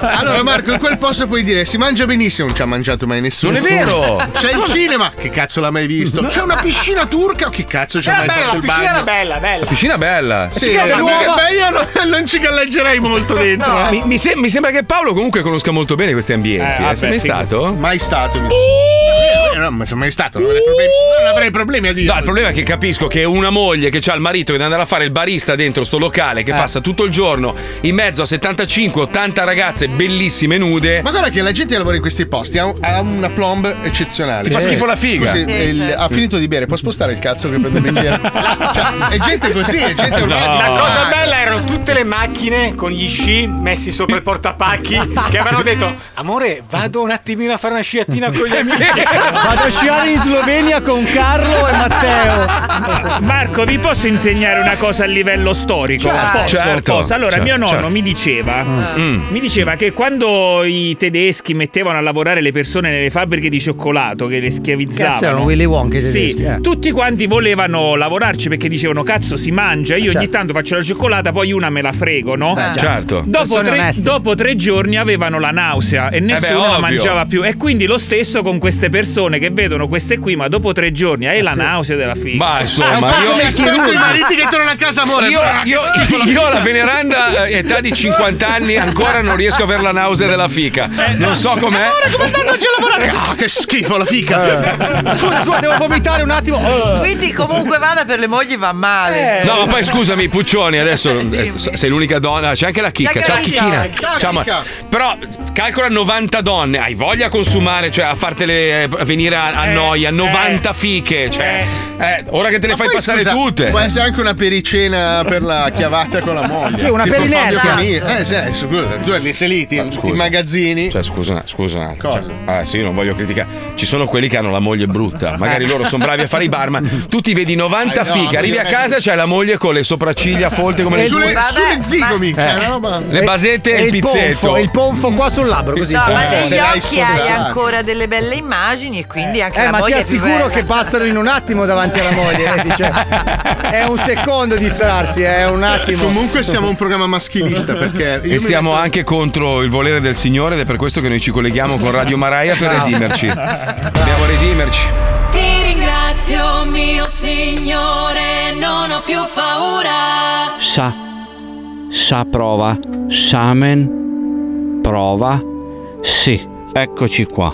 Allora, Marco, in quel posto puoi dire: si mangia benissimo, non ci ha mangiato mai nessuno.
Non è vero.
C'è il cinema, che cazzo l'ha mai visto? C'è una piscina turca, che cazzo c'è
Era
mai
bella,
fatto
la
il
piscina
bagno?
era bella, bella.
La piscina è bella.
Sì, ma mi sembra io non, non ci galleggerai molto dentro. eh.
Mi, mi sem- mi sembra che Paolo comunque conosca molto bene questi ambienti.
Eh,
eh.
vabbè,
Sei mai
figo.
stato?
Mai stato. mi- Eh, No, ma sono mai stato, non avrei problemi, non avrei problemi a dire.
No, il problema è che capisco che una moglie che ha il marito che deve andare a fare il barista dentro sto locale,
Eh.
che passa tutto il giorno in mezzo a 75-80 ragazze bellissime nude.
Ma guarda che la gente che lavora in questi posti ha, un- ha una plomb eccezionale.
Ti fa schifo la figa.
Così,
Sì,
il-
certo.
Ha finito di bere, può spostare il cazzo che prendo il bicchiere. cioè, è gente così, è gente ormai.
Eh, La cosa bella erano tutte le macchine con gli sci messi sopra il portapacchi che avevano detto amore vado un attimino a fare una sciatina con gli amici
Vado a sciare in Slovenia con Carlo e Matteo.
Marco, vi posso insegnare una cosa a livello storico?
Certo.
Posso?
Certo,
Posso? Allora,
certo,
mio nonno
certo.
mi diceva:
Mm.
mi diceva che quando i tedeschi mettevano a lavorare le persone nelle fabbriche di cioccolato che le schiavizzavano,
Cazzo, erano Willy Wonka i tedeschi,
sì,
eh.
tutti quanti volevano lavorarci perché dicevano: Cazzo, si mangia. Io ogni
Certo.
tanto faccio la cioccolata, poi una me la frego, no?
Eh, già. Certo.
Dopo
Persone
tre,
oneste.
dopo tre giorni avevano la nausea e
Eh beh,
nessuno la
ovvio.
mangiava più. E quindi lo stesso con queste persone che vedono queste qui, ma dopo tre giorni hai la
sì.
nausea della figa.
Ma
Ah,
insomma,
ma
io.
come aspetto i mariti che tornano a casa, amore.
Io,
Ah, che
io-
schifo la
io
vita.
alla veneranda eh, età di 50 anni ancora non riesco a avere la nausea della fica.
Eh,
Non so com'è.
Oggi a lavorare. Ah, che schifo la
Eh.
fica.
Scusa, scusa, devo vomitare un attimo. Eh.
Quindi comunque vada per le mogli va male.
No, ma poi scusami, Puccioni, adesso eh, sei l'unica donna. C'è anche la chicca.
C'è
Ciao,
anche la
Chicchina.
Chicca. Ciao,
Ciao, ma-
Chicca.
Però calcola 90 donne. Hai voglia a consumare, cioè a fartele eh, venire a, a noia. 90 fiche. Cioè, eh, ora che te le
Ma
fai
poi,
passare
scusa,
tutte.
Può essere anche una pericena per la chiavata con la moglie.
Sì, una
Tipo
perinella.
Fabio Camini. Eh, sì, scusa, tu eri se lì, ti, ti magazzini.
Cioè, scusa, scusa un attimo. Cioè, ah, sì, non voglio criticare. Ci sono quelli che hanno la moglie brutta. Magari loro sono bravi a fare i bar, ma tu ti vedi 90
Eh, no,
fiche. Arrivi a
perché-
casa, c'hai la moglie con le sopracciglia folte come le
sulle,
tue.
sulle zigomi. cioè,
Eh.
una roba-
Le basette e il pizzetto.
Ponfo, il ponfo qua sul labbro, così.
No, ma
Eh,
negli
se l'hai
occhi hai
scordato.
ancora delle belle immagini e quindi anche
Eh,
la
ma ti
moglie è più
assicuro
bella.
che passano in un attimo davanti alla moglie. eh, dice. È un secondo distrarsi, è un attimo.
Comunque siamo un programma maschilista perché io
E
mi
siamo anche contro il volere del Signore ed è per questo che noi ci colleghiamo con Radio Maraia per
Bravo.
redimerci. Dobbiamo redimerci.
Ti ringrazio.
Ringrazio mio Signore, non ho più paura.
Sa. Sa prova. Samen. Prova. Sì, eccoci qua.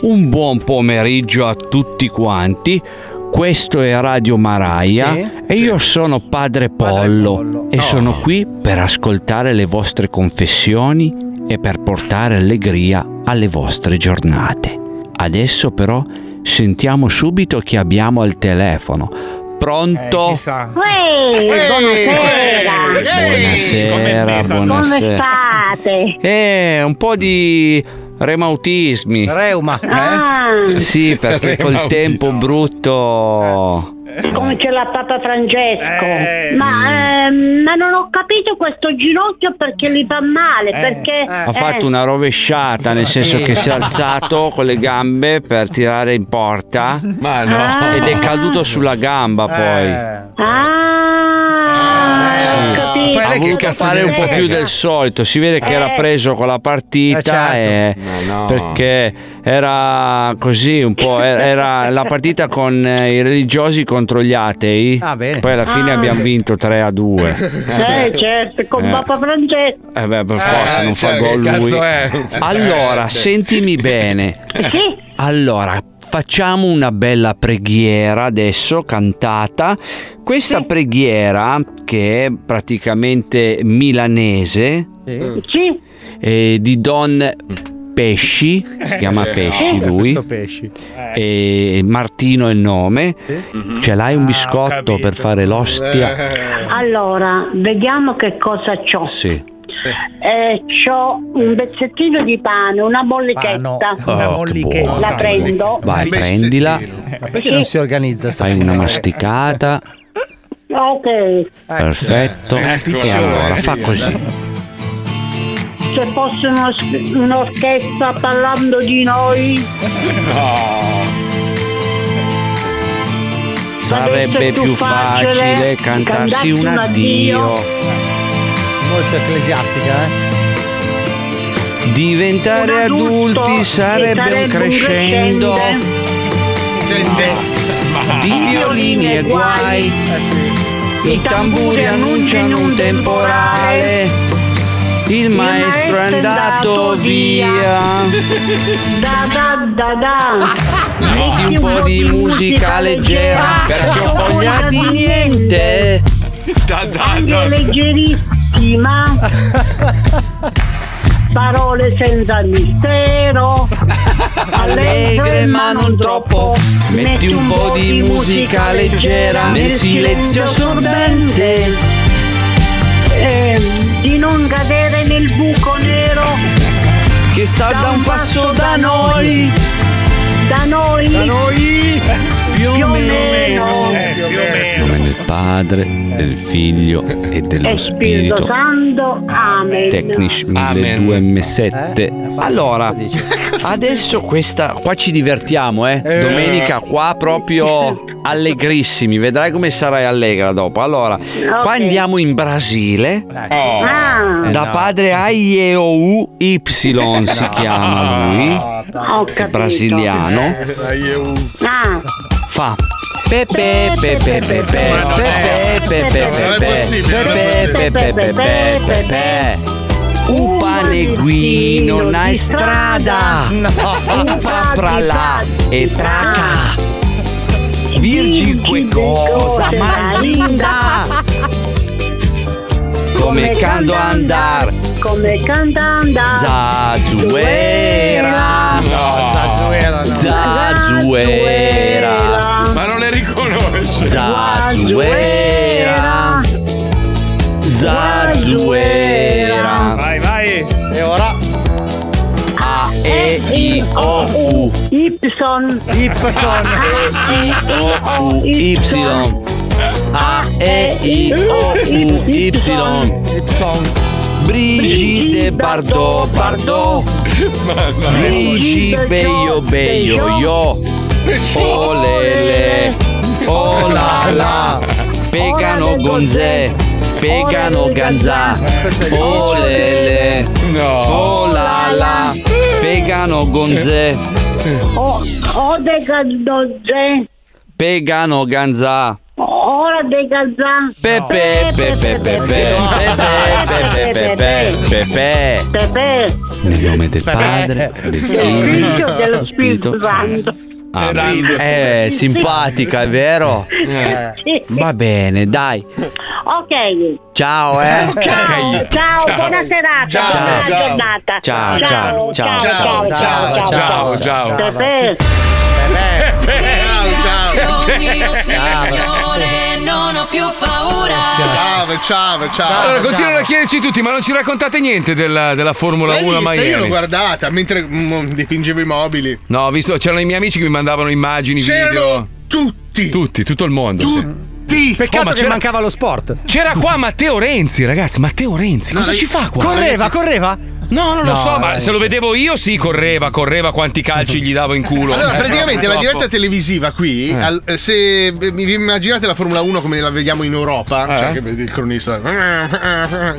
Un buon pomeriggio a tutti quanti. Questo è Radio Maraia
Sì.
e io sono Padre Pollo, e sono qui per ascoltare le vostre confessioni e per portare allegria alle vostre giornate. Adesso però sentiamo subito chi abbiamo al telefono. Pronto?
Uè, buonasera.
Buonasera,
Come
buonasera.
state?
Eh, un po' di remautismi. Reuma.
eh?
Ah,
Sì, perché col
Reumautismo.
tempo brutto.
come c'è la Papa Francesco. Ma, ehm, ma non ho capito questo ginocchio perché gli fa male. perché eh.
Ha fatto una rovesciata, nel senso che si è alzato con le gambe per tirare in porta. Ma
no. Eh.
Ed è caduto sulla gamba poi.
Ah, ho capito.
Ha voluto fare un po' più del solito, si vede che era
Eh.
preso con la
certo.
partita e- perché era così un po', era, era la partita con eh, i religiosi contro gli atei,
Ah, bene.
poi alla fine
Ah.
abbiamo vinto 3 a 2.
Eh, certo, con
Eh.
Papa Francesco.
Eh beh, per forza
Eh,
non fa
cioè,
gol
che
lui.
cazzo è?
Allora,
Eh, sì.
sentimi bene. Allora, facciamo una bella preghiera adesso cantata. Questa preghiera che è praticamente milanese eh, di Don Pesci, si chiama
Eh.
Pesci lui. E Martino è il nome.
Mhm.
Ce l'hai
Ah,
un biscotto per fare l'ostia?
Eh. Allora, vediamo che cosa c'ho.
Sì.
Eh, c'ho un pezzettino di pane, una mollichetta.
Oh, che buono.
La prendo.
Vai, prendila.
Ma perché non si organizza sta
Fai una masticata.
Ok,
Perfetto.
Eccola.
E allora fa così.
se fosse uno s- un'orchestra parlando di noi,
Sarebbe più facile cantarsi un addio.
Molto ecclesiastica, eh?
Diventare adulti sarebbe un
sarebbe un
crescendo. Di violini e guai. I tamburi annunciano un temporale. Il maestro è andato via.
da da da da.
Metti un po' di musica leggera perché ho voglia di niente.
Da,
Ah,
da, leggerissima. Parole senza mistero. Allegre ma non troppo.
Metti un po' di musica leggera nel silenzio assordante.
Ehm, di non cadere nel buco nero.
Che sta da un passo da noi.
Da noi. Da noi. Più o meno.
Eh,
Nome del Padre, del Figlio e dello
E Spirito
Spirito.
Santo. Amen.
Technish 12M7. Allora, adesso questa qua ci divertiamo, eh.
Eh.
Domenica qua proprio allegrissimi, vedrai come sarai allegra dopo. Allora,
Ok.
qua andiamo in Brasile.
Ah.
Da
Eh, no.
padre Aieu Y si chiama lui,
Ho
che è
capito.
brasiliano.
Ah.
Fa Pepe Pepe Pepe Pepe Pepe Pepe Pepe Pepe
Uh,
Un paneguino na strada Un pa pra là e pra cá Virgi que cosa mais linda Come cando andar
Come canta andare.
Zazuera
Zazuera, no.
Zazuera
Ma non le riconosce.
Zazuera Zazuera
Vai, vai.
E ora A E I O U
Ipson.
Ipson. O U Y A E I O U Y Brigitte Bardot Bardot Brigitte Beio Beio Yo Olele Oh la la Pegano Gonzè Pegano Ganzà Olele Oh la la Pegano Gonzè
Oh, O, o de Gandozze.
Pegano Ganza.
Ora dei calzanti.
Pepe, pepe, pepe, pepe, pepe, pepe.
Pepe.
Nel nome del Padre, del
Figlio
Figlio,
dello
dello
Spirito
Spirito
Santo.
Amen.
Esatto.
Eh, simpatica, è vero?
Sì.
Va bene, dai.
Ok.
Ciao, eh.
Ciao, ciao, buona serata, buona giornata.
Ciao, ciao, ciao,
ciao, ciao, ciao,
ciao, ciao.
Pepe.
mio signore, non ho più paura.
Ciao, ciao, ciao.
Allora, continuano a chiederci tutti, ma non ci raccontate niente della, della Formula
L'hai
1
vista?
Miami?
Io l'ho guardata mentre mm, dipingevo i mobili.
No, ho visto, c'erano i miei amici che mi mandavano immagini,
C'erano
video.
tutti.
Tutti, tutto il mondo. sì.
Peccato
Oh, ma
che
c'era-
mancava lo sport.
C'era qua Matteo Renzi, ragazzi. Matteo Renzi, cosa
No,
ci fa qua?
Correva, correva?
No, non lo so, ma
eh.
se lo vedevo io, sì, correva, correva quanti calci gli davo in culo.
Allora,
Eh,
praticamente la
troppo.
diretta televisiva qui, al- eh, se eh, vi immaginate la Formula 1 come la vediamo in Europa,
Eh.
cioè che vedi il cronista,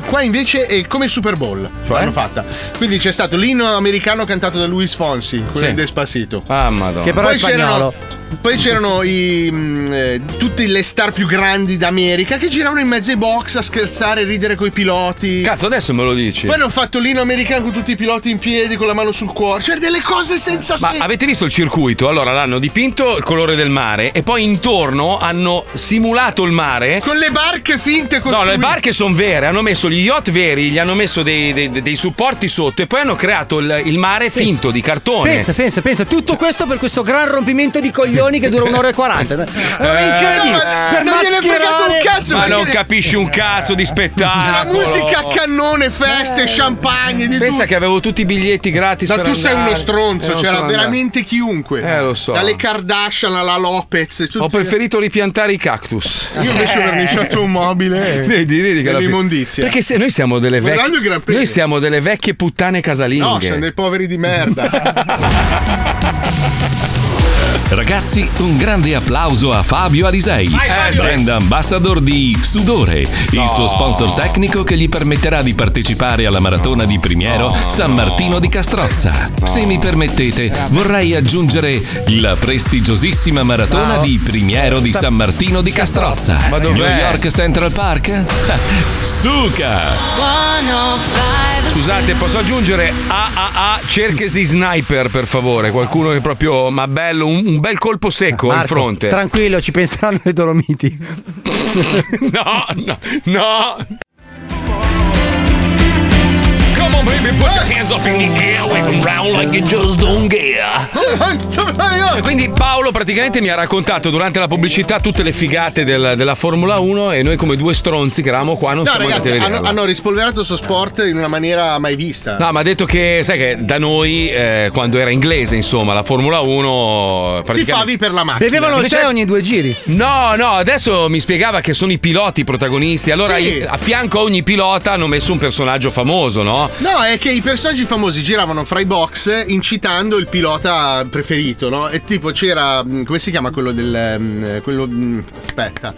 qua invece è come il Super Bowl,
Cioè?
l'hanno fatta. Quindi c'è stato l'inno americano cantato da Luis Fonsi, quello
Sì.
di Despacito.
Ah,
Certo.
madonna.
poi c'erano, poi c'erano i, mm, eh, tutte le star più grandi d'America che giravano in mezzo ai box a scherzare, a ridere coi piloti.
Cazzo, adesso me lo dici.
Poi hanno fatto l'inno americano con tutti i piloti in piedi, con la mano sul cuore. Cioè, delle cose senza
Ma
senso.
avete visto il circuito? Allora l'hanno dipinto il colore del mare e poi intorno hanno simulato il mare.
Con le barche finte
No,
costruite.
le barche sono vere, hanno messo gli yacht veri, gli hanno messo dei, dei- dei supporti sotto e poi hanno creato il, il mare finto di cartone.
Pensa, pensa, pensa, tutto questo per questo gran rompimento di coglioni che dura un'ora e quaranta. È incredibile!
Eh,
per
non gliene è fregato un
mascherare-
cazzo,
Ma
perché
non
le-
capisci un cazzo di
La
spettacolo.
musica a cannone,
Eh.
feste, champagne, di
Pensa
tutto.
che avevo tutti i biglietti gratis.
No,
per
tu sei
andare.
uno
Eh,
stronzo,
non
c'era
sono
veramente chiunque.
Eh, lo so.
Dalle Kardashian alla Lopez.
andato. Ho preferito ripiantare i cactus.
Io invece ho verniciato un mobile.
Eh. Vedi, vedi che alla fine-
l'immondizia.
Perché se noi siamo delle
Guardando il Gran
vecchie.
Premio.
Noi siamo delle vecchie puttane casalinghe.
No, siamo dei poveri di merda.
Ragazzi, un grande applauso a Fabio Alisei,
Vai, Fabio!
brand ambassador di Sudore, il suo sponsor tecnico che gli permetterà di partecipare alla maratona di Primiero San Martino di Castrozza. Se mi permettete, vorrei aggiungere la prestigiosissima maratona
No.
di Primiero di
Sa-
San Martino di Castrozza.
Ma
New
dov'è?
York Central Park? Suca!
Scusate, posso aggiungere AAA cerchesi sniper per favore? Qualcuno che proprio, ma bello, un, un bel colpo secco in
Marco,
fronte.
Tranquillo, ci penseranno le Dolomiti.
no, no, no. Come on, baby, put your hands up in the air, wave around like you just don't care. E Quindi Paolo praticamente mi ha raccontato durante la pubblicità tutte le figate del- della Formula 1 e noi come due stronzi che eravamo qua non
No,
siamo
ragazzi,
andati a
hanno,
vederla.
hanno rispolverato sto sport in una maniera mai vista.
No, ma ha detto che, sai che da noi, eh, quando era inglese, insomma, la Formula 1
Ti
praticamente...
favi per la macchina.
Bevevano il
Invece-
tè ogni due giri.
No, no, adesso mi spiegava che sono i piloti i protagonisti. Allora,
Sì.
i- a fianco a ogni pilota hanno messo un personaggio famoso, no?
No, è che i personaggi famosi giravano fra i box incitando il pilota preferito, no? E tipo c'era, mh, come si chiama quello del... mh, quello... mh, aspetta.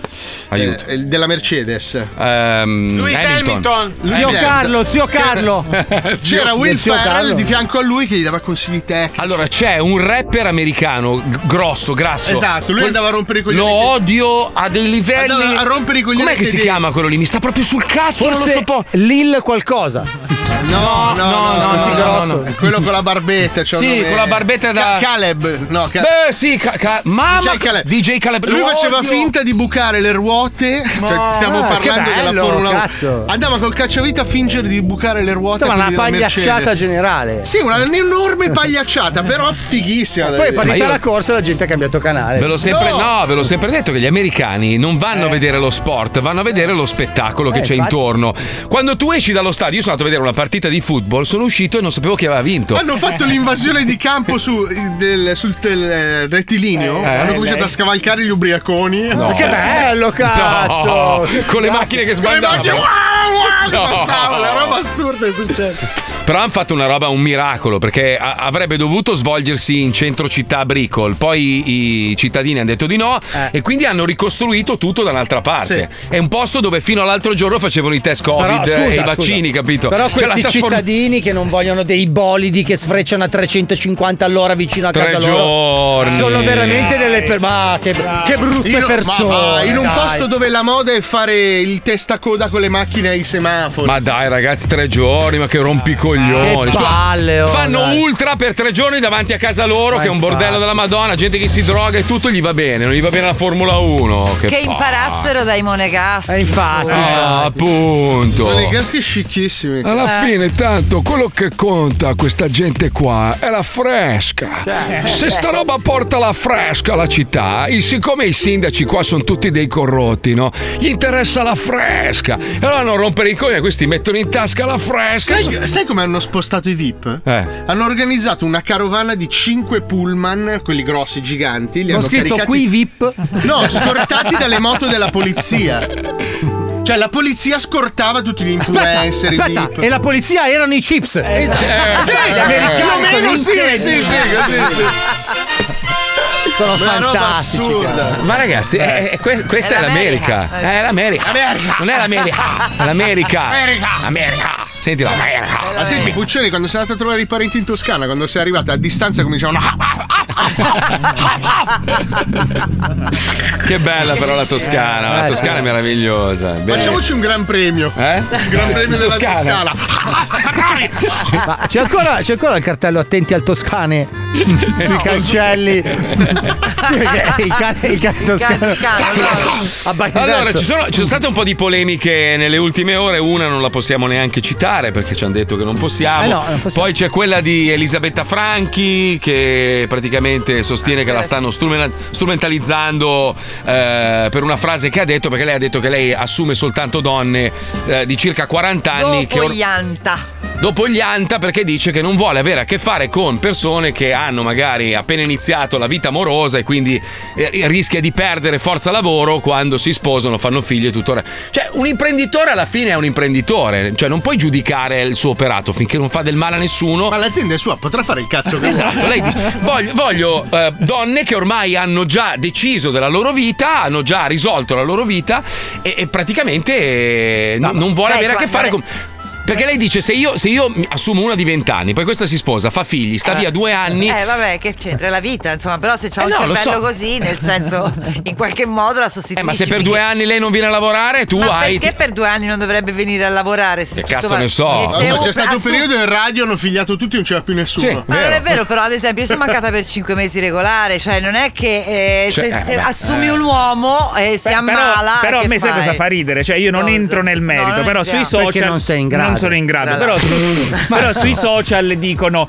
Aiuto.
Eh, il della Mercedes.
Ehm,
Luis Hamilton.
Zio
Hamilton.
Carlo, zio Carlo.
C'era
Zio-
Will
zio
Ferrell
Carlo.
di fianco a lui che gli dava consigli tecnici.
Allora, c'è un rapper americano g- grosso, grasso.
Esatto, lui
Quel-
andava a rompere i coglioni.
Lo odio a dei livelli.
Andava a rompere i coglioni
Com'è che si
tedeschi.
chiama quello lì? Mi sta proprio sul cazzo, non lo
Forse
sopporto.
Lil qualcosa.
No, no, no, no,
no, sì, grosso.
quello con la barbetta. c'è un
Sì,
nome-
con la barbetta da-
Ca- Caleb. No, Ca-
Beh, sì, ca- ca- mamma
DJ Caleb.
DJ Caleb.
Lui
Lo
faceva
odio.
finta di bucare le ruote. Cioè, stiamo
ah, che
parlando della
bello,
Formula 1.
cazzo.
Andava col cacciavite a fingere di bucare le ruote.
Insomma, una
quindi della
pagliacciata
Mercedes.
generale.
Sì, una- un'enorme pagliacciata, però fighissima. da
Poi è
vedere.
partita
Ma io-
la corsa e la gente ha cambiato canale.
Ve l'ho sempre,
Eh. No!
no. ve l'ho sempre detto che gli americani non vanno a vedere lo sport, vanno a vedere lo spettacolo che
Eh,
c'è
infatti.
intorno. Quando tu esci dallo stadio, io sono andato a vedere una partita di football, sono uscito e non sapevo chi aveva
Ah,
vinto.
Hanno fatto l'invasione di campo su- del- sul tel- rettilineo.
Eh,
Hanno
eh,
cominciato a scavalcare gli ubriaconi.
No.
Eh.
Che bello, cazzo!
No, con le macchine che
Con le
sbandavano.
macchine, wow, wow, che
No.
passavano, la roba assurdo è successo.
Però hanno fatto una roba, un miracolo, perché a- avrebbe dovuto svolgersi in centro città a Bricol. Poi i cittadini hanno detto di no
Eh.
e quindi hanno ricostruito tutto dall'altra parte. È un posto dove fino all'altro giorno facevano i test Covid
Però, scusa,
e i
scusa.
vaccini, capito?
Però
Cioè, la
questi
trasform-
cittadini che non vogliono dei bolidi che sfrecciano a 350 all'ora vicino a
Tre
casa loro
giorni.
sono veramente delle per- ma che, che brutte
Io- ma-
persone.
ma in un
dai.
posto dove la moda è fare il testacoda con le macchine ai semafori.
Ma dai ragazzi, tre giorni, ma che
Eh,
rompicoglioni. Cioè,
Che palle, oh,
Fanno
dai.
ultra per tre giorni davanti a casa loro,
Ma
che è un
infatti.
bordello della Madonna, gente che si droga e tutto gli va bene, non gli va bene la Formula 1. Che,
Che
palle. Eh,
imparassero dai monegaschi.
Ah, appunto.
Sono i caschi scicchissimi.
Alla fine, tanto, quello che conta a questa gente qua è la fresca. Se sta roba porta la fresca alla città, il- siccome i sindaci qua sono tutti dei corrotti, no? Gli interessa la fresca. E allora non rompere i coglioni, questi mettono in tasca la fresca.
Sai, sai come hanno spostato i VIP?
Eh.
Hanno organizzato una carovana di 5 pullman, quelli grossi, giganti. Li
Ho
hanno
scritto
caricati-
qui VIP.
No, scortati dalle moto della polizia. Cioè, la polizia scortava tutti gli
Aspetta,
influencer. i
aspetta,
VIP.
e la polizia erano i chips. Esatto.
Eh,
Sì,
eh,
gli
più o
americani
meno
sono
sì,
incredibili.
sì, sì, così, sì.
Sono
Una roba
fantastici.
assurda.
cara.
Ma ragazzi, eh, eh, que- questa è, l'America. Eh, È l'America. Non è l'America. È l'America.
America.
America. Senti l'America.
Ma senti, Puccioni, quando sei andato a trovare i parenti in Toscana, quando sei arrivata a distanza, come dicevano. "Ah, ah,
Che bella però la Toscana.
Eh,
La Toscana è meravigliosa. Bene.
Facciamoci un gran premio.
Eh?
Il gran premio della
Toscana.
Toscana.
Ma c'è ancora, c'è ancora il cartello attenti al Toscane sui cancelli. Sì, perché il cane, il cane toscano. Abbaia
Allora,
terzo.
ci sono, ci sono state un po' di polemiche nelle ultime ore, una non la possiamo neanche citare perché ci hanno detto che non possiamo.
Eh no, non
Poi c'è quella di Elisabetta Franchi che praticamente sostiene che la stanno strumen- strumentalizzando eh, per una frase che ha detto perché lei ha detto che lei assume soltanto donne eh, di circa 40 anni che
Dopo
or-
gli anta.
Dopo gli anta perché dice che non vuole avere a che fare con persone che hanno magari appena iniziato la vita amorosa e quindi eh, rischia di perdere forza lavoro quando si sposano, fanno figli e tutto. il re- Cioè un imprenditore alla fine è un imprenditore, cioè non puoi giudicare il suo operato finché non fa del male a nessuno. Ma
l'azienda è sua, potrà fare il cazzo che
Esatto,
vuole.
lei dice voglio, voglio, eh, donne che ormai hanno già deciso della loro vita, hanno già risolto la loro vita e, e praticamente eh, non- non vuole
Beh,
avere a che
insomma,
fare con...
non
Perché lei dice: se io, se io mi assumo una di 20 anni, poi questa si sposa, fa figli, sta via due anni.
Eh vabbè, che c'entra la vita, insomma, però se c'ha
Eh
un
no, lo so.
cervello così, nel senso, in qualche modo la sostituisci.
Eh, ma se per
finché-
due anni lei non viene a lavorare, tu
Ma
hai.
perché per due anni non dovrebbe venire a lavorare? Se
Che
tutto
cazzo
va-
ne so?
E
Non
se
so,
un-
c'è stato un
assu-
periodo in radio, hanno figliato tutti, non c'era più nessuno.
Ma Ah, non è vero, però, ad esempio, io sono mancata per cinque mesi regolare, cioè non è che eh,
Cioè,
se
eh,
te-
beh,
assumi
eh.
un uomo e si
Però-
ammala.
però a
che
me sai
fai?
cosa fa ridere? Cioè, io non entro nel merito,
non
però sui
entriamo.
social.
Perché non sei in grado.
non sono in grado.
Tra
Però,
l'altro.
però sui social dicono: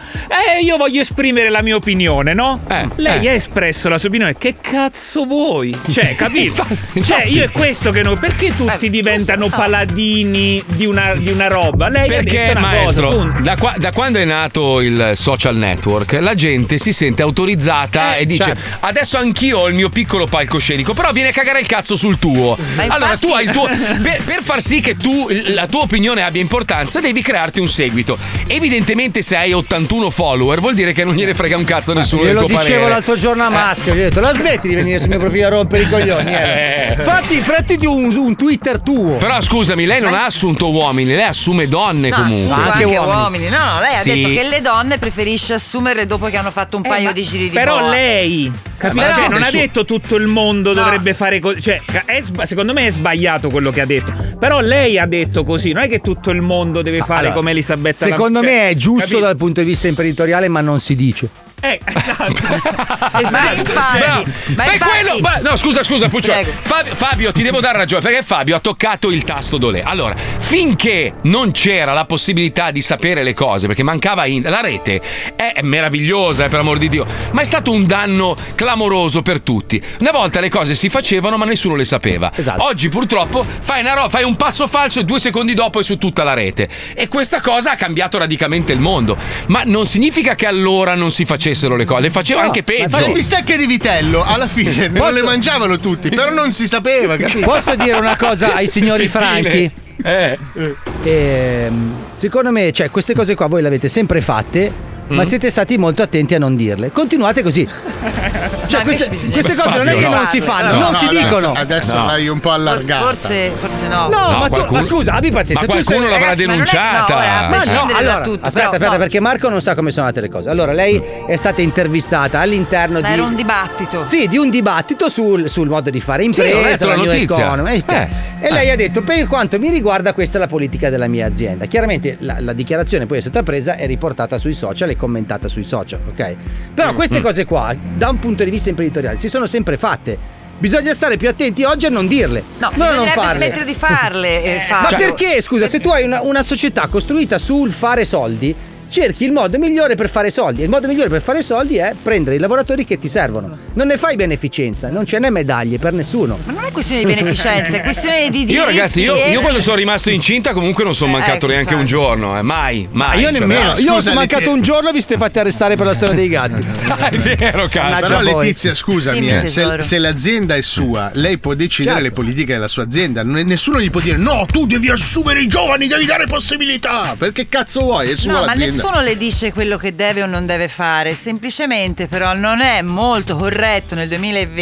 Eh, io voglio esprimere la mia opinione, no?
Eh,
Lei ha espresso la sua opinione. Che cazzo vuoi? Cioè, capito? cioè, io è questo che non. Perché
Eh,
tutti diventano paladini di una, di una roba? Lei ha
ah. Perché,
detto una cosa.
maestro,
punto.
da, qua- da quando è nato il social network, la gente si sente autorizzata e dice:
certo.
Adesso anch'io ho il mio piccolo palcoscenico, però viene a cagare il cazzo sul tuo.
infatti-
Allora, tu hai il tuo. Per, per far sì che tu la tua opinione abbia importanza, devi crearti un seguito. Evidentemente, se hai 81 follower, vuol dire che non gliene frega un cazzo a nessuno
Io
del
lo
tuo
dicevo
parere.
l'altro giorno a Maschio, gli ho detto la smetti di venire sul mio profilo a rompere i coglioni. eh."
Eh.
Fatti, fatti un, un Twitter tuo.
Però scusami, lei non ha assunto uomini, lei assume donne
No,
comunque.
assume anche uomini. No, no, lei ha
Sì.
detto che le donne preferisce assumerle dopo che hanno fatto un paio di giri di
Però
boa. Eh,
lei, capito?
ma
Cioè,
no,
non ha
nessuno-
detto tutto il mondo dovrebbe fare così. Cioè, ca- è sba- secondo me è sbagliato quello che ha detto. Però lei ha detto così, non è che tutto il mondo deve fare
Allora,
come Elisabetta Lam-
Secondo
cioè,
me è giusto
capito?
dal punto di vista imprenditoriale, ma non si dice.
Ma infatti,
Bravo.
ma
Beh,
infatti-
quello- bra- no, scusa, scusa, Puccioni.
Prego.
Fabio, Fabio, ti devo dare ragione perché Fabio ha toccato il tasto dolé. Allora, finché non c'era la possibilità di sapere le cose, perché mancava in- la rete, è, è meravigliosa, eh, per amor di Dio, ma è stato un danno clamoroso per tutti. Una volta le cose si facevano, ma nessuno le sapeva.
Esatto.
Oggi, purtroppo, fai, una ro- fai un passo falso e due secondi dopo è su tutta la rete. E questa cosa ha cambiato radicalmente il mondo. Ma non significa che allora non si facessero le cose, le faceva anche peggio.
Le bistecche di vitello, alla fine, non le mangiavano tutti, però non si sapeva, capito?
Posso dire una cosa ai signori franchi? Ehm, secondo me, cioè, queste cose qua voi le avete sempre fatte, ma
Mm.
siete stati molto attenti a non dirle. Continuate così. Cioè, queste, queste cose non è che non si fanno, non si dicono.
Adesso l'hai un po' allargata.
Forse, forse no.
No, ma, tu- ma scusa, abbi pazienza.
Ma
tu sei-
qualcuno l'avrà
ragazzi, ma non è-
denunciata.
no, ora, a
Ma
prescindere
no,
da
allora,
tutto,
aspetta,
aspetta,
però,
aspetta,
no.
perché Marco non sa come sono andate le cose. Allora, lei è stata intervistata all'interno
Ma
di.
era un dibattito.
Sì, di un dibattito sul, sul modo di fare
Sì, ho
impresa,
letto
la
la
new
notizia.
economy. E,
Eh,
e lei
eh.
ha detto: Per quanto mi riguarda, questa è la politica della mia azienda. Chiaramente la, la dichiarazione poi è stata presa e riportata sui social e commentata sui social, ok? Però queste
mm.
cose qua, da un punto di vista imprenditoriale, si sono sempre fatte. Bisogna stare più attenti oggi a non dirle.
No,
non a non
bisognerebbe
farle.
smettere di farle. eh,
Cioè, Ma
Fabio.
perché, scusa, se tu hai una, una società costruita sul fare soldi, cerchi il modo migliore per fare soldi. E il modo migliore per fare soldi è prendere i lavoratori che ti servono. Non ne fai beneficenza, non ce n'è medaglie per nessuno. Ma
non è questione di beneficenza, è questione di
Io
diritti
ragazzi, io,
e-
io quando sono rimasto incinta comunque non sono mancato
ecco,
neanche un giorno, eh. mai, mai.
Ah, io
Cioè,
nemmeno.
dai,
io
scusa,
sono mancato
Letizia.
un giorno e vi siete fatti arrestare per la storia dei gatti.
È vero, cazzo. Mm.
Però Letizia, scusami, eh, se, se l'azienda è sua, lei può decidere
Certo.
le politiche della sua azienda. Non è- nessuno gli può dire no, tu devi assumere i giovani, devi dare possibilità. Perché cazzo vuoi? È sua
No, ma
l'azienda.
nessuno le dice quello che deve o non deve fare, semplicemente però non è molto corretto nel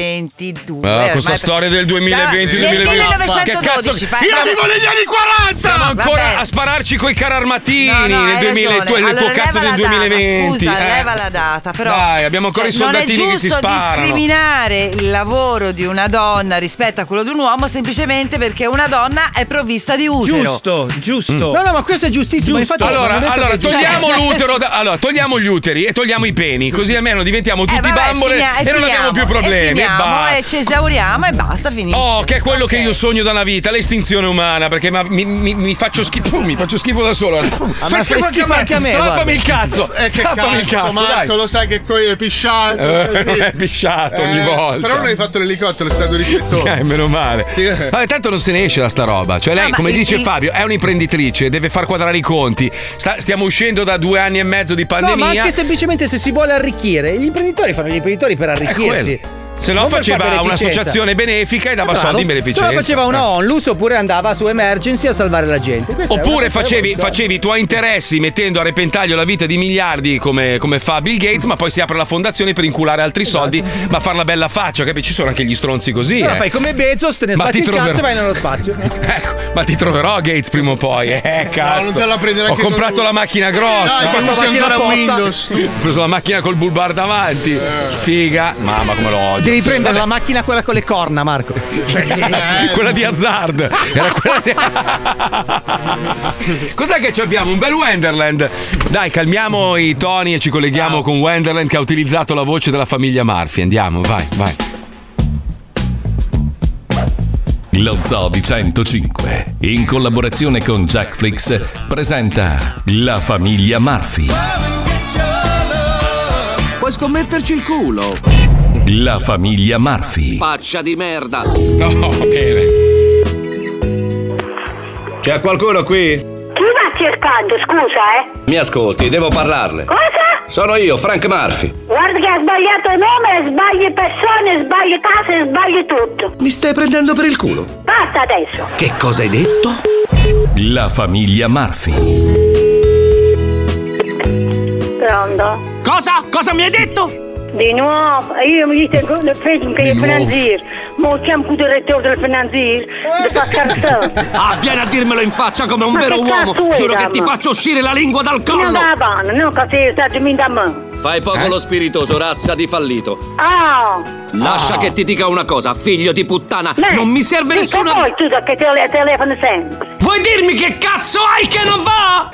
2022.
Ah,
ormai
questa
per-
storia del 2020
Nel
2020. Che cazzo-
1912 fa-
Io vivo negli anni
40!
Siamo ancora a spararci coi cararmatini nel 2000, tu- nel tuo
Allora,
cazzo del
leva la data,
2020.
scusa,
eh.
leva la data, però cioè,
Dai, abbiamo ancora i soldatini
non è
che si
giusto
sparano.
discriminare il lavoro di una donna rispetto a quello di un uomo semplicemente perché una donna è provvista di utero.
Giusto, giusto.
No, no, ma questo è giustissimo.
Giusto.
Infatti,
Allora,
non ho detto
allora,
che-
togliamo
Cioè-
l'utero, da- allora, togliamo gli uteri e togliamo i peni, così almeno diventiamo tutti
Vabbè,
bambole
fini-
e non abbiamo
finiamo,
più
E,
problemi.
finiamo,
basta.
e ci esauriamo e basta, finisce.
Oh, che è quello che io sogno da una vita, l'estinzione umana, perché ma- mi, mi- mi faccio schifo, mi faccio schifo da solo.
Ah,
Fai
ma
schifo
fai schifo anche a me, guarda.
strappami il cazzo,
Eh, che
strappami il
cazzo,
cazzo,
Marco,
dai.
lo sai che coi è pisciato. così.
Eh,
Eh,
è pisciato ogni volta.
Però non hai fatto l'elicottero, è stato rispettoso.
Eh, meno male.
Eh.
Vabbè, tanto non se ne esce da sta roba. Cioè, lei,
No, Ah, ma
come
i-
dice
i-
Fabio, è un'imprenditrice, deve far quadrare i conti. Sta- stiamo uscendo da due anni e mezzo di
No,
pandemia.
ma anche semplicemente se si vuole arricchire, gli imprenditori fanno gli imprenditori per
È
arricchirsi.
quello. Se no
Non per fare
faceva
beneficenza. Ah,
un'associazione benefica e dava
Bravo.
soldi in beneficenza.
Se no faceva una onlus oppure andava su emergency a salvare la gente. Questa è
Oppure
una cosa che
facevi,
vuoi, insomma.
facevi i tuoi interessi mettendo a repentaglio la vita di miliardi come, come fa Bill Gates, ma poi si apre la fondazione per inculare altri
Esatto.
soldi, ma far la bella faccia, capisci? Ci sono anche gli stronzi così.
Allora
eh.
fai come Bezos, te ne
Ma
sbatti
ti
il cazzo e
troverò-
vai nello spazio.
Ma ti troverò Gates prima o poi. Eh, cazzo.
non te la prendere
Ho
anche
comprato
con-
la macchina grossa.
Dai,
Ho
che tu sei ancora
macchina apposta.
Windows. Eh.
Ho preso la macchina col bull bar davanti. Figa. Mamma come lo odio.
Devi prendere la
Vabbè.
macchina quella con le corna, Marco.
Eh, quella di Hazard era quella di... cos'è che ci abbiamo un bel Wonderland dai calmiamo i toni e ci colleghiamo con Wonderland che ha utilizzato la voce della famiglia Murphy andiamo vai vai
Lo Zoo di 105, in collaborazione con Jackflix, presenta La famiglia Murphy.
Puoi scommetterci il culo.
La famiglia Murphy.
Faccia di merda.
No, bene.
C'è qualcuno qui?
Chi va cercando, scusa, eh?
Mi ascolti, devo parlarle.
Cosa?
Sono io, Frank Murphy.
Guarda che ha sbagliato nome, sbagli persone, sbagli case, sbagli tutto.
Mi stai prendendo per il culo.
Basta adesso.
Che cosa hai detto? La famiglia Murphy.
Pronto?
Cosa? Cosa mi hai detto?
Di nuovo, io mi dite con il Facebook del
nuovo.
Finanzier, ma chiamo il direttore del Finanzier, del Paccartone.
Ah, vieni a dirmelo in faccia come un
Ma
vero
che cazzo
uomo.
vuoi
Giuro
da
che ti
me?
faccio uscire la lingua dal
Non
collo.
va bene, non così, sta giù da me.
Fai poco
Eh?
lo spiritoso, razza di fallito.
Ah!
Lascia
Ah.
che ti dica una cosa, figlio di puttana.
Lei,
non mi serve
dica
nessuna.
voi tu da che tele- telefono sempre.
Vuoi dirmi che cazzo hai che non va?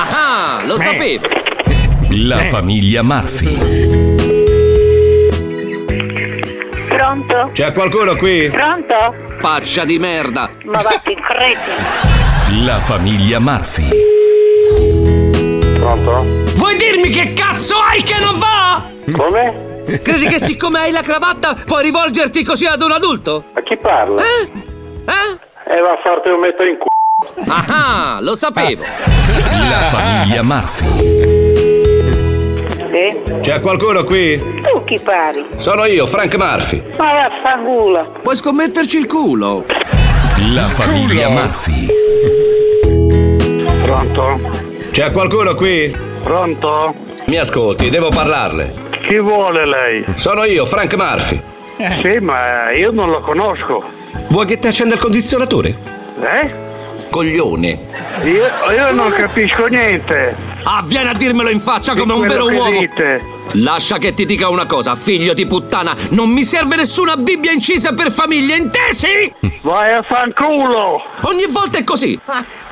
Ah, lo sapevo.
La famiglia Murphy.
Pronto?
C'è qualcuno qui?
Pronto?
Faccia di merda.
Ma vatti in credi.
La famiglia Murphy. Pronto?
Vuoi dirmi che cazzo hai che non va?
Come?
Mm. Credi che siccome hai la cravatta puoi rivolgerti così ad un adulto?
A chi parla?
Eh?
E va a farti un metto in culo.
Ah, lo sapevo.
La famiglia Murphy.
C'è qualcuno qui?
Tu chi pari?
Sono io, Frank Murphy.
Ma vaffanculo.
Puoi scommetterci il culo.
La famiglia Maffi.
Pronto?
C'è qualcuno qui?
Pronto?
Mi ascolti, devo parlarle.
Chi vuole lei?
Sono io, Frank Murphy.
Sì, ma io non lo conosco.
Vuoi che ti accenda il condizionatore?
Eh?
Coglione.
Io, io non capisco niente.
Ah, vieni a dirmelo in faccia
Di
come un
quello
vero
che
uomo.
dite.
Lascia che ti dica una cosa, figlio di puttana. Non mi serve nessuna Bibbia incisa per famiglie, intesi?
Vai a fanculo!
Ogni volta è così.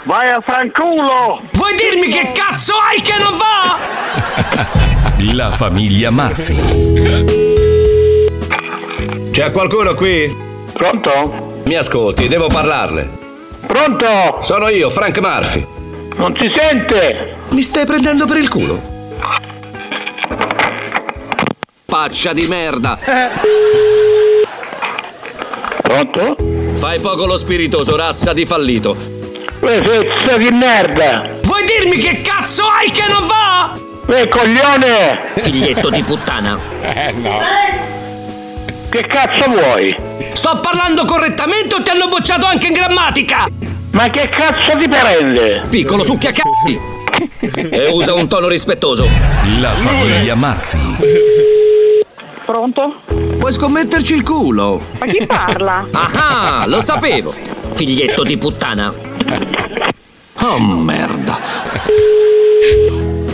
Vai a fanculo!
Vuoi dirmi che cazzo hai che non va?
La famiglia Murphy.
C'è qualcuno qui? Pronto? Mi ascolti, devo parlarle. Pronto? Sono io, Frank Murphy. Non si sente! Mi stai prendendo per il culo? Faccia di merda! Pronto? Fai poco lo spiritoso, razza di fallito.
Pezzo di merda!
Vuoi dirmi che cazzo hai che non va?
Eh, coglione!
Figlietto di puttana.
Eh, no. Che cazzo vuoi?
Sto parlando correttamente o ti hanno bocciato anche in grammatica?
Ma che cazzo ti prende?
Piccolo succhia E usa un tono rispettoso.
La famiglia Murphy.
Pronto?
Puoi scommetterci il culo.
Ma chi parla?
Ah, lo sapevo. Figlietto di puttana. Oh merda.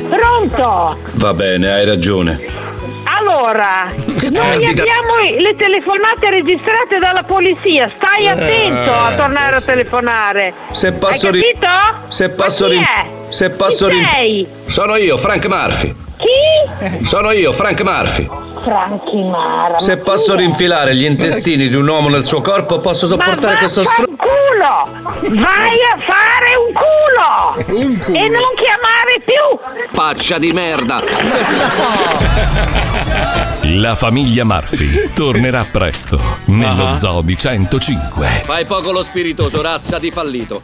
Pronto?
Va bene, hai ragione.
Allora,
Eh,
noi
perdita.
abbiamo i- le telefonate registrate dalla polizia. Stai
Eh,
attento a tornare a
sì.
telefonare.
Se passo
Hai
ri-
capito?
Se passo
Ma chi
rin-
è?
Se passo
Chi
rin-
sei?
Sono io, Frank Murphy.
Chi?
Sono io, Frank Murphy.
Franchi Mara.
Se posso rinfilare gli intestini di un uomo nel suo corpo, posso sopportare questo str...
Culo! Vai a fare un culo! E non chiamare più!
Faccia di merda!
La famiglia Murphy tornerà presto nello Zoo di 105.
Fai poco lo spiritoso, razza di fallito.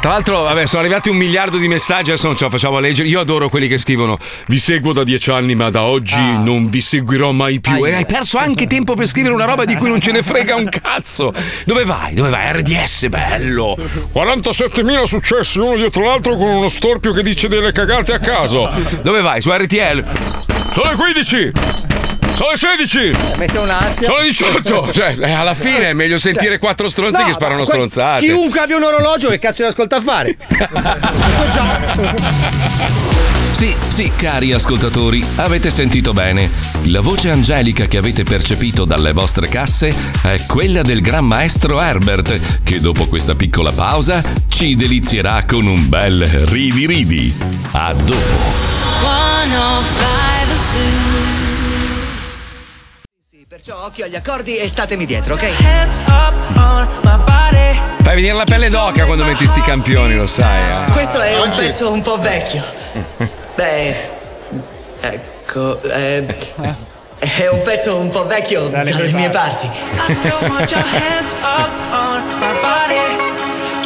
Tra l'altro, vabbè, sono arrivati un miliardo di messaggi, adesso non ce la facciamo a leggere. Io adoro quelli che scrivono: Vi seguo da dieci anni, ma da oggi non vi seguirò mai più. E hai perso anche tempo per scrivere una roba di cui non ce ne frega un cazzo. Dove vai? Dove vai? RDS, bello.
47.000 successi uno dietro l'altro con uno storpio che dice delle cagate a caso.
Dove vai? Su RTL.
Sono le 15! Sono le 16!
Mette un'ansia.
Sono 18! Cioè, eh, alla fine è meglio sentire quattro stronzi
No,
che
ma
sparano
que-
stronzate.
Chiunque abbia un orologio, che cazzo li ascolta a fare? Lo so già.
Sì, sì, cari ascoltatori, avete sentito bene. La voce angelica che avete percepito dalle vostre casse è quella del gran maestro Herbert, che dopo questa piccola pausa ci delizierà con un bel ridi ridi. A dopo.
105 Zoo.
Perciò occhio agli accordi e statemi dietro, ok?
Fai venire la pelle d'oca quando metti sti campioni, lo sai. eh.
Questo è un pezzo un po' vecchio. Beh, ecco, eh, è un pezzo un po' vecchio dalle, mie parti.
I still want your hands up on my body.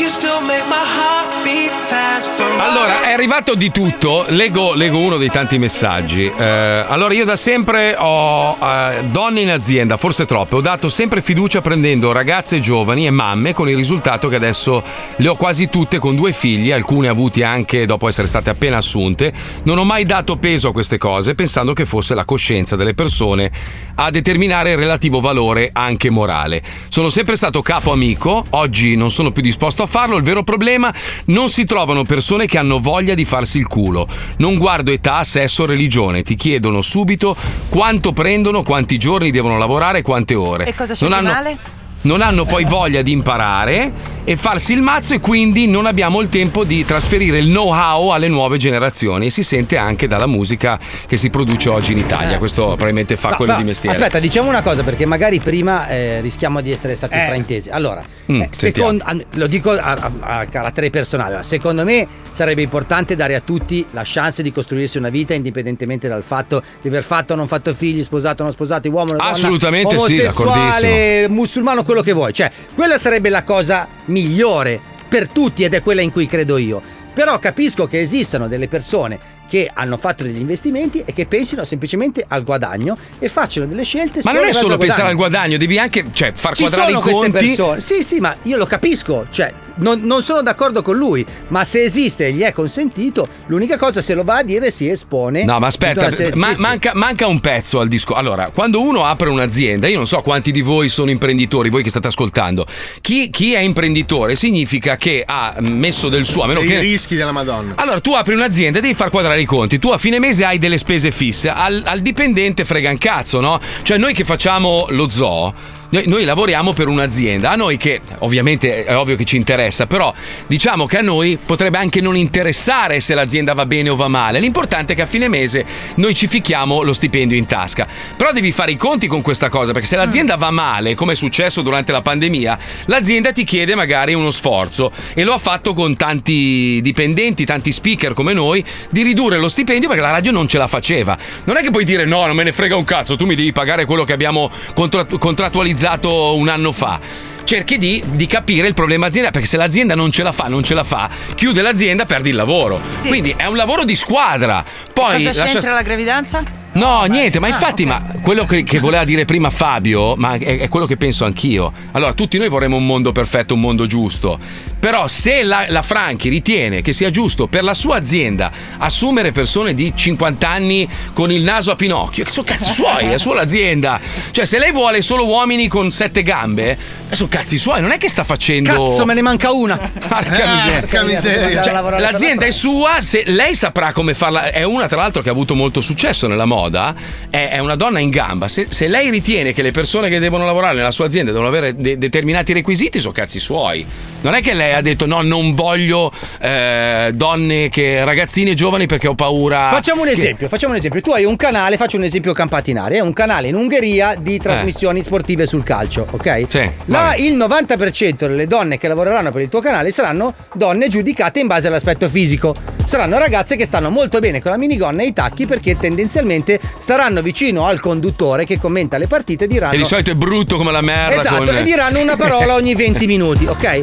You still make my heart beat fast for
Allora, è arrivato di tutto. Leggo, leggo uno dei tanti messaggi. Eh, allora, io da sempre ho eh, donne in azienda, forse troppe. Ho dato sempre fiducia prendendo ragazze giovani e mamme, con il risultato che adesso le ho quasi tutte con due figli, alcune avuti anche dopo essere state appena assunte. Non ho mai dato peso a queste cose, pensando che fosse la coscienza delle persone a determinare il relativo valore anche morale. Sono sempre stato capo amico, oggi non sono più disposto a farlo, il vero problema non si trovano persone che hanno voglia di farsi il culo. Non guardo età, sesso, religione, ti chiedono subito quanto prendono, quanti giorni devono lavorare, quante ore.
E cosa c'è
Non
di
hanno-
male?
non hanno poi voglia di imparare e farsi il mazzo e quindi non abbiamo il tempo di trasferire il know-how alle nuove generazioni. Si sente anche dalla musica che si produce oggi in Italia. Questo probabilmente fa
Eh. No,
quello
però,
di mestiere.
Aspetta, diciamo una cosa perché magari prima eh, rischiamo di essere stati fraintesi. Allora,
Mm,
eh, secondo- an- lo dico a, a- a carattere personale, allora, secondo me sarebbe importante dare a tutti la chance di costruirsi una vita indipendentemente dal fatto di aver fatto o non fatto figli, sposato o non sposato, uomo o donna,
Assolutamente sì,
omosessuale, musulmano, quello che vuoi. Cioè, quella sarebbe la cosa migliore per tutti ed è quella in cui credo io. Però capisco che esistano delle persone che hanno fatto degli investimenti e che pensino semplicemente al guadagno e facciano delle scelte
Ma
solo
non è
in base
solo
al
pensare al
guadagno.
guadagno, devi anche cioè, far
Ci
quadrare
sono
i
queste
conti.
persone. Sì, sì, ma io lo capisco. Cioè, non, non sono d'accordo con lui. Ma se esiste e gli è consentito, l'unica cosa se lo va a dire si espone.
No, ma aspetta,
Tutta una serie-
ma- manca, manca un pezzo al disco. Allora, quando uno apre un'azienda, io non so quanti di voi sono imprenditori, voi che state ascoltando. Chi, chi è imprenditore significa che ha messo del suo, a meno
Dei
che.
rischi della Madonna.
Allora, tu apri un'azienda e devi far quadrare i conti. Tu a fine mese hai delle spese fisse. Al, al dipendente frega un cazzo, no? Cioè, noi che facciamo lo zoo. Noi, noi lavoriamo per un'azienda, a noi che ovviamente è ovvio che ci interessa, però diciamo che a noi potrebbe anche non interessare se l'azienda va bene o va male, l'importante è che a fine mese noi ci fichiamo lo stipendio in tasca. Però devi fare i conti con questa cosa, perché se l'azienda va male, come è successo durante la pandemia, l'azienda ti chiede magari uno sforzo e lo ha fatto con tanti dipendenti, tanti speaker come noi, di ridurre lo stipendio perché la radio non ce la faceva. Non è che puoi dire no, non me ne frega un cazzo, tu mi devi pagare quello che abbiamo contra- contrattualizzato un anno fa. Cerchi di, di capire il problema azienda perché se l'azienda non ce la fa, non ce la fa, chiude l'azienda, perdi il lavoro. Quindi è un lavoro di squadra. Poi
Cosa
lascia-
c'entra la gravidanza?
No, niente, ma
Ah,
infatti, ma quello che, che voleva dire prima Fabio, ma è, è quello che penso anch'io. Allora, tutti noi vorremmo un mondo perfetto, un mondo giusto. Però, se la, la Franchi ritiene che sia giusto per la sua azienda assumere persone di 50 anni con il naso a Pinocchio, che sono cazzi suoi, è sua l'azienda. Cioè, se lei vuole solo uomini con sette gambe, eh, sono cazzi suoi, non è che sta facendo.
Cazzo, me ne manca una. Eh,
Porca Ah, miseria. Cioè, l'azienda è sua, se lei saprà come farla. È una, tra l'altro, che ha avuto molto successo nella moda. È, è una donna in gamba. Se, se lei ritiene che le persone che devono lavorare nella sua azienda devono avere de- determinati requisiti, sono cazzi suoi. Non è che lei ha detto no, non voglio eh, donne, che, ragazzine giovani perché ho paura.
Facciamo un
che-"
esempio, facciamo un esempio. Tu hai un canale, faccio un esempio Campantinari, è un canale in Ungheria di trasmissioni sportive sul calcio, ok?
Eh. Sì.
Là il 90% delle donne che lavoreranno per il tuo canale saranno donne giudicate in base all'aspetto fisico. Saranno ragazze che stanno molto bene con la minigonna e i tacchi perché tendenzialmente staranno vicino al conduttore che commenta le partite e diranno
E di solito è brutto come la merda.
Esatto,
con-
e diranno una parola ogni 20 minuti, ok?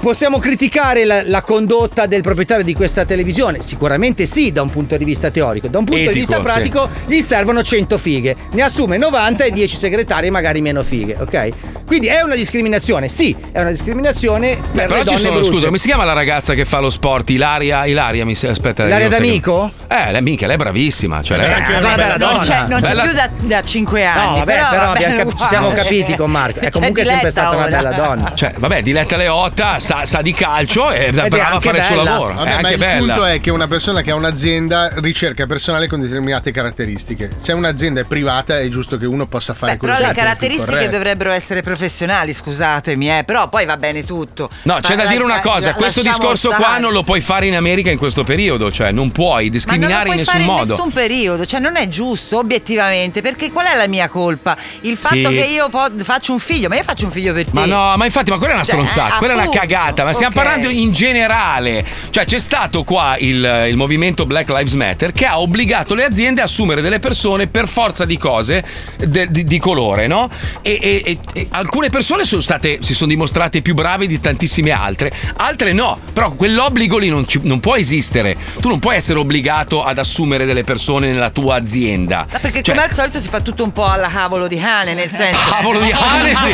Possiamo criticare la, la condotta del proprietario di questa televisione? Sicuramente sì, da un punto di vista teorico. Da un punto
Etico,
di vista
sì.
pratico, gli servono 100 fighe. Ne assume 90 e 10 segretari, magari meno fighe, ok? Quindi è una discriminazione, sì, è una discriminazione per
Però
le donne
ci sono,
brutte.
scusa, come si chiama la ragazza che fa lo sport? Ilaria, Ilaria, mi sa- aspetta.
Ilaria
io non so
D'Amico?
che- Eh, lei, minchia, lei è bravissima. Cioè, lei è
anche
Ah,
una
una
bella
bella
donna.
Non c'è, non c'è
Bella-
più da, da 5 anni.
No, vabbè,
però,
però
vabbè,
abbiamo cap- ci siamo
uguale.
capiti con Marco. È
C'è
comunque sempre
Diletta
stata una
ora.
bella donna.
Cioè, vabbè, Diletta Leotta sa, sa di calcio e è
Ed è
brava a
anche
fare il suo
bella.
lavoro.
Vabbè,
è
ma
anche
il
bella.
punto è che una persona che ha un'azienda ricerca personale con determinate caratteristiche. Se un'azienda è privata, è giusto che uno possa fare
Però
quello che
le
ritiene più
caratteristiche
corretto.
dovrebbero essere professionali, scusatemi, eh, però poi va bene tutto.
No, c'è
Ma
da dire
la-
una cosa:
la-
questo
lasciamo
discorso qua
stare.
non lo puoi fare in America in questo periodo, cioè non puoi
Ma non lo
discriminare
puoi
in
fare
nessun
in
modo.
nessun periodo, cioè non è giusto obiettivamente, perché qual è la mia colpa? Il fatto
Sì.
che io po- faccio un figlio, ma io faccio un figlio per te.
Ma no, ma infatti, ma quella è una
Cioè,
stronzata,
eh,
quella è una
appunto,
cagata. Ma stiamo
ok.
parlando in generale. Cioè, c'è stato qua il, il movimento Black Lives Matter che ha obbligato le aziende a assumere delle persone per forza di cose de- di, di colore, no? E, e- e- e alcune persone sono state, si sono dimostrate più brave di tantissime altre, altre no. Però quell'obbligo lì non, ci- non può esistere. Tu non puoi essere obbligato ad assumere delle persone nella tua azienda.
Ma perché
Cioè,
come al solito si fa tutto un po' alla cavolo di cane, nel senso.
Cavolo di Hane, sì.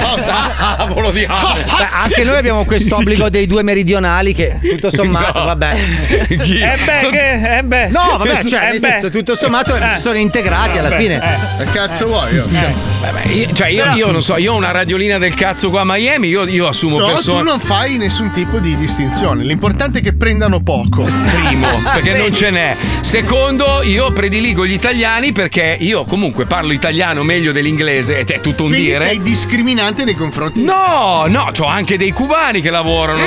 Cavolo di Hane.
Beh, anche noi abbiamo questo obbligo dei due meridionali che tutto sommato, vabbè.
Chi?
Eh beh, che, eh beh.
No, vabbè, cioè,
Eh
nel
beh.
senso, tutto sommato
Eh.
si sono integrati alla
Vabbè,
fine.
Che cazzo vuoi? oh? io?
Vabbè, io, cioè io, io non so, io ho una radiolina del cazzo qua a Miami, io, io assumo
No, tu
persone.
non fai nessun tipo di distinzione. L'importante è che prendano poco.
Primo,
Ah,
perché non ce n'è. Secondo, io prediligo gli italiani perché io comunque parlo italiano meglio dell'inglese ed è tutto un
Quindi
dire.
sei discriminante nei confronti.
No, Oh, no, c'ho anche dei cubani che lavorano.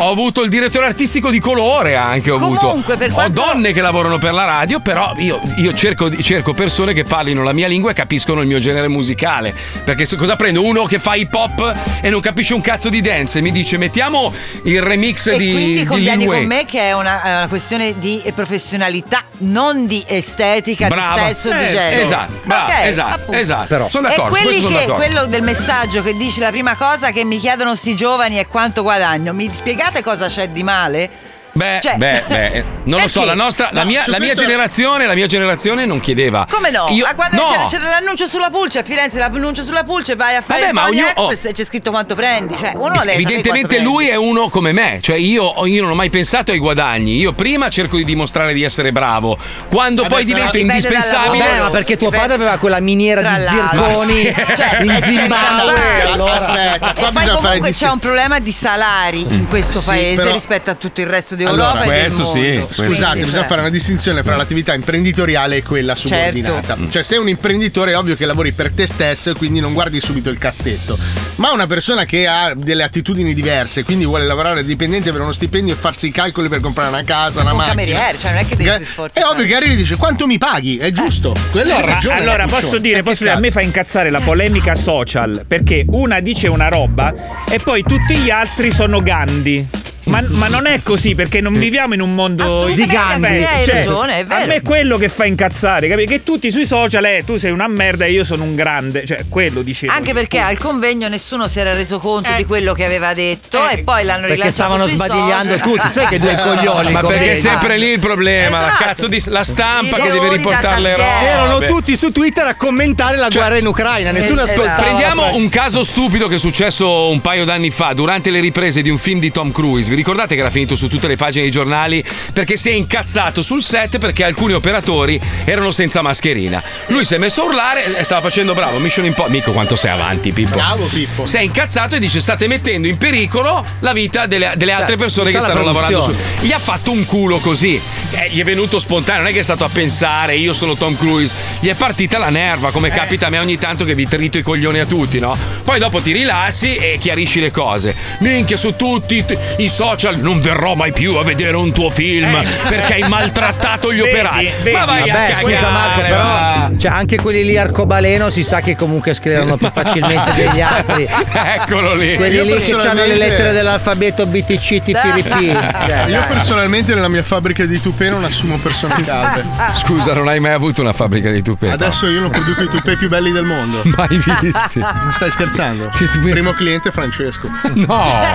Ho avuto il direttore artistico di colore anche. Ho
Comunque,
avuto.
per
ho
quanto-
donne che lavorano per la radio, però io, io cerco, cerco persone che parlino la mia lingua e capiscono il mio genere musicale. Perché se- cosa prendo? Uno che fa hip hop e non capisce un cazzo di dance e mi dice mettiamo il remix
E
di.
quindi
di
convieni
Lil
con
Wayne."
me che è una, è una questione di professionalità, non di estetica,
Brava.
di sesso,
Eh,
di genere.
esatto, brava,
Ok,
esatto,
appunto.
esatto. Però- Sono
e
d'accordo, su
quelli
questo sono
che-
d'accordo.
quello del messaggio che dice la prima cosa che mi chiedono sti giovani è quanto guadagno. Mi spiegate cosa c'è di male?
Beh,
Cioè- Eh
beh, beh, non lo so, la nostra, la
No,
mia,
su
la mia
questo-
generazione, la mia generazione non chiedeva.
Come no?
Io-
Ma guarda,
no.
c'era, c'era l'annuncio sulla pulce a Firenze, l'annuncio sulla pulce, vai a fare
Vabbè,
il
ma
Pony
ognuno- oh.
Express e c'è scritto quanto prendi. Cioè, uno deve sapere quanto
Evidentemente
prendi.
lui è uno come me, cioè io, io non ho mai pensato ai guadagni, io prima cerco di dimostrare di essere bravo, quando poi divento indispensabile...
Beh, Eh, ma perché tuo padre aveva quella miniera
Tra
di
l'altro.
zirconi
Ma sì. Cioè,
in
eh, sì,
Zimbabwe.
Guarda,
allora.
e eh, poi comunque c'è un problema di salari in questo
Sì,
paese
però-
rispetto a tutto il resto d'Europa
Allora,
e del mondo.
Scusate,
Quindi,
bisogna
cioè,
fare una distinzione fra l'attività imprenditoriale e quella subordinata. Cioè, sei un imprenditore, è ovvio che lavori per te stesso e quindi non guardi subito il cassetto. Ma una persona che ha delle attitudini diverse, quindi vuole lavorare dipendente per uno stipendio e farsi i calcoli per comprare una casa, una
Un
macchina.
cameriere, cioè, non è che devi per forza
È ovvio che arrivi e dice quanto mi paghi? È giusto. Quello ha
Ma
ragione.
Eh, Ah, allora
Puccioni.
posso dire,
Eh,
posso
che
dire, a me
cazzo.
fa incazzare la polemica social perché una dice una roba e poi tutti gli altri sono Gandhi. Ma, ma non è così perché non viviamo in un mondo di Gandhi. Cioè,
hai ragione, è
A
vero.
me è quello che fa incazzare, capi? Che tutti sui social, eh, tu sei una merda e io sono un grande. Cioè, quello dicevo.
Anche perché al convegno nessuno si era reso conto di quello che aveva detto e poi l'hanno rilasciato
Perché stavano
sui
sbadigliando
social.
tutti, sai che due coglioni.
Ah, Ma perché è sempre lì il problema, la,
Esatto.
cazzo di, la stampa
I
che deve
leoni
riportare le robe. Cioè, eh,
Erano tutti su Twitter a commentare la guerra in Ucraina, nessuno
esatto.
ascoltava.
Prendiamo
la
un caso stupido che è successo un paio d'anni fa durante le riprese di un film di Tom Cruise. Vi ricordate che era finito su tutte le pagine dei giornali perché si è incazzato sul set perché alcuni operatori erano senza mascherina. Lui si è messo a urlare e stava facendo bravo, Mission Impossible. Mico quanto sei avanti, Pippo.
Bravo, Pippo.
Si è incazzato e dice state mettendo in pericolo la vita delle, delle
Cioè,
altre persone
tutta
che
la
stanno lavorando su.
produzione.
Gli ha fatto un culo così. Eh, gli è venuto spontaneo, non è che è stato a pensare, io sono Tom Cruise. Gli è partita la nerva,
Eh.
come capita a me ogni tanto che vi trito i coglioni a tutti, no? Poi dopo ti rilassi e chiarisci le cose. Minchia su tutti t- i social, non verrò mai più a vedere un tuo film perché hai maltrattato gli
Eh. Vedi,
operai.
vedi.
Ma vai
Vabbè,
a cagare,
scusa Marco,
va.
però cioè, anche quelli lì arcobaleno si sa che comunque scrivono più facilmente degli altri.
Eccolo lì.
Quelli lì che hanno le lettere dell'alfabeto BTC TTRP. Cioè,
Io
dai.
personalmente nella mia fabbrica di tupè non assumo persone calde.
Scusa, non hai mai avuto una fabbrica di tupè?
Adesso io non produco i tupè più belli del mondo.
Mai visti.
Non stai scherzando? Primo cliente Francesco.
No. Oh.
Ah,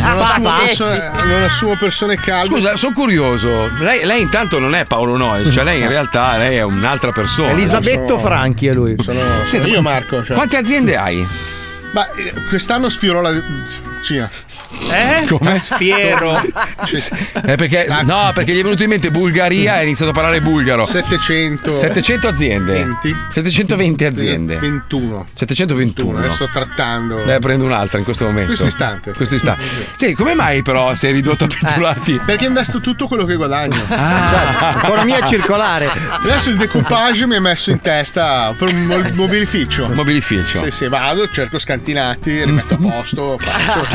Non assumo,
Papà.
persone, non assumo persone calde.
Scusa, sono curioso. Lei, lei intanto non è Paolo Noyes, cioè lei in realtà lei è un'altra persona.
Elisabetto Franchi è lui.
Sono, sono
Senti,
io Marco. cioè.
Quante aziende hai?
Ma eh, quest'anno sfiorò la Cina.
Eh?
Come?
Sfiero.
Eh, perché,
Ah.
no, perché gli è venuto in mente Bulgaria e ha iniziato a parlare bulgaro.
700.
700 aziende.
20.
720 aziende. Eh,
21.
721.
Adesso sto trattando.
Ne prendo un'altra in questo momento.
Questo istante.
Questo istante. Sì, come mai però sei ridotto a petulati?
Eh, Perché investo tutto quello che guadagno.
Ah.
economia circolare. Adesso il decoupage mi è messo in testa per un mo- mobilificio.
Mobilificio.
Sì, sì, vado, cerco scantinati, rimetto a posto, faccio.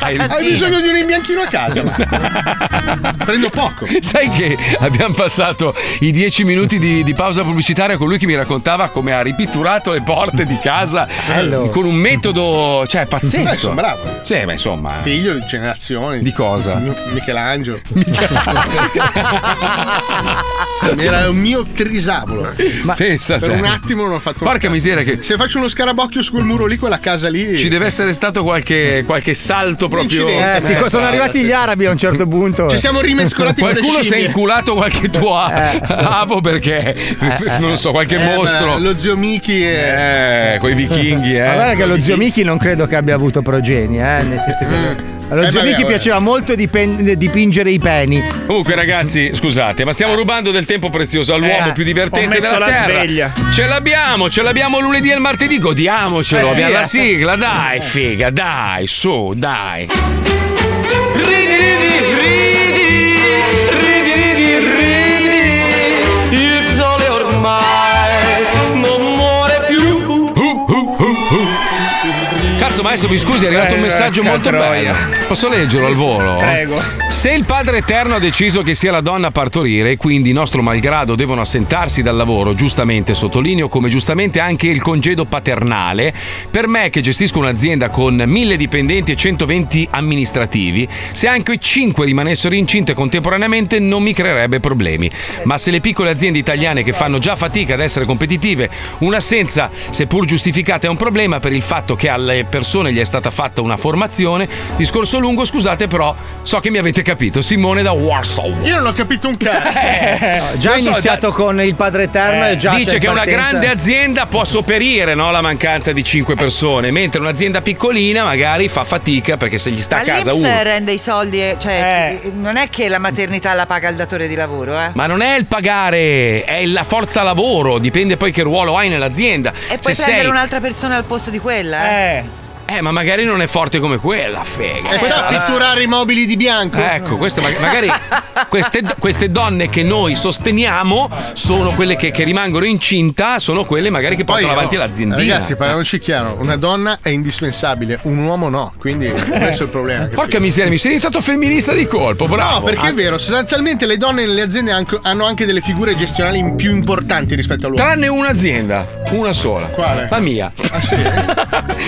Hai bisogno di un imbianchino a casa, ma. Prendo poco.
Sai che abbiamo passato i dieci minuti di, di pausa pubblicitaria con lui che mi raccontava come ha ripitturato le porte di casa
Bello.
con un metodo, cioè pazzesco.
Beh, sono bravo.
Sì, ma insomma. eh.
Figlio di generazioni. Di
cosa?
Michelangelo. Era un mio trisavolo.
Ma Pensa
per
te.
un attimo non ho fatto uno
Cioè, Porca
scarabocchio.
miseria che-
Se faccio uno scarabocchio su quel muro lì, quella casa lì. eh,
Ci deve essere stato qualche, qualche salto proprio.
Eh, sì, sono arrivati gli arabi a un certo punto.
Ci siamo rimescolati con le
Qualcuno si è
scimmie.
inculato qualche tuo a- avo perché, non lo so, qualche
Eh, ma
mostro.
Lo zio Miki
e. Eh, quei vichinghi, eh.
Ma guarda che lo zio Michi non credo che abbia avuto progenie, eh, nel senso che allo
Eh,
zio
vabbè,
Michi
vabbè.
piaceva molto dipen- dipingere i peni.
Comunque, ragazzi, scusate, ma stiamo rubando del tempo prezioso all'uomo
Eh,
più divertente
ho messo
della
la
terra.
sveglia.
Ce l'abbiamo, ce l'abbiamo lunedì e il martedì, godiamocelo.
Eh sì,
abbiamo
eh.
la sigla, dai, figa, dai, su, dai.
Ridi, ridi, ridi, ridi, ridi, ridi. Il sole ormai non muore più.
Cazzo, maestro, mi scusi, è arrivato un
Eh,
messaggio
porca
molto
troia.
bello. Posso leggerlo al volo?
Prego.
Se il padre eterno ha deciso che sia la donna a partorire, e quindi nostro malgrado devono assentarsi dal lavoro, giustamente sottolineo, come giustamente anche il congedo paternale, per me che gestisco un'azienda con mille dipendenti e 120 amministrativi, se anche 5 rimanessero incinte contemporaneamente non mi creerebbe problemi. Ma se le piccole aziende italiane che fanno già fatica ad essere competitive, un'assenza, seppur giustificata, è un problema per il fatto che alle persone canzone, gli è stata fatta una formazione. Discorso lungo, scusate, però so che mi avete capito. Simone da Warsaw.
Io non ho capito un cazzo.
No, Eh, già
Eh, lo
ha
so, Eh,
iniziato con il padre eterno e già c'è
Dice
in
che una
partenza-
grande azienda può sopperire no, la mancanza di 5 persone, mentre un'azienda piccolina magari fa fatica perché se gli sta a casa
All'Inps
uno.
rende i soldi, eh, cioè ti- non è che la maternità la paga il datore di lavoro, eh.
Ma non è il pagare, è la forza lavoro, dipende poi che ruolo hai nell'azienda.
E puoi
se
prendere
sei...
un'altra persona al posto di quella, eh.
Eh, ma magari non è forte come quella, fega.
E sa pitturare i mobili di bianco.
Eh, Ecco, queste ma- magari queste, queste donne che noi sosteniamo sono quelle che, che rimangono incinta, sono quelle magari che portano avanti
no.
l'aziendina.
Ragazzi, parliamoci chiaro: una donna è indispensabile, un uomo no. Quindi questo è il problema. capito?
Porca miseria, mi sei diventato femminista di colpo, bravo.
No, perché è vero, sostanzialmente le donne nelle aziende anche- hanno anche delle figure gestionali in- più importanti rispetto all'uomo.
Tranne un'azienda, una sola.
Quale?
La mia.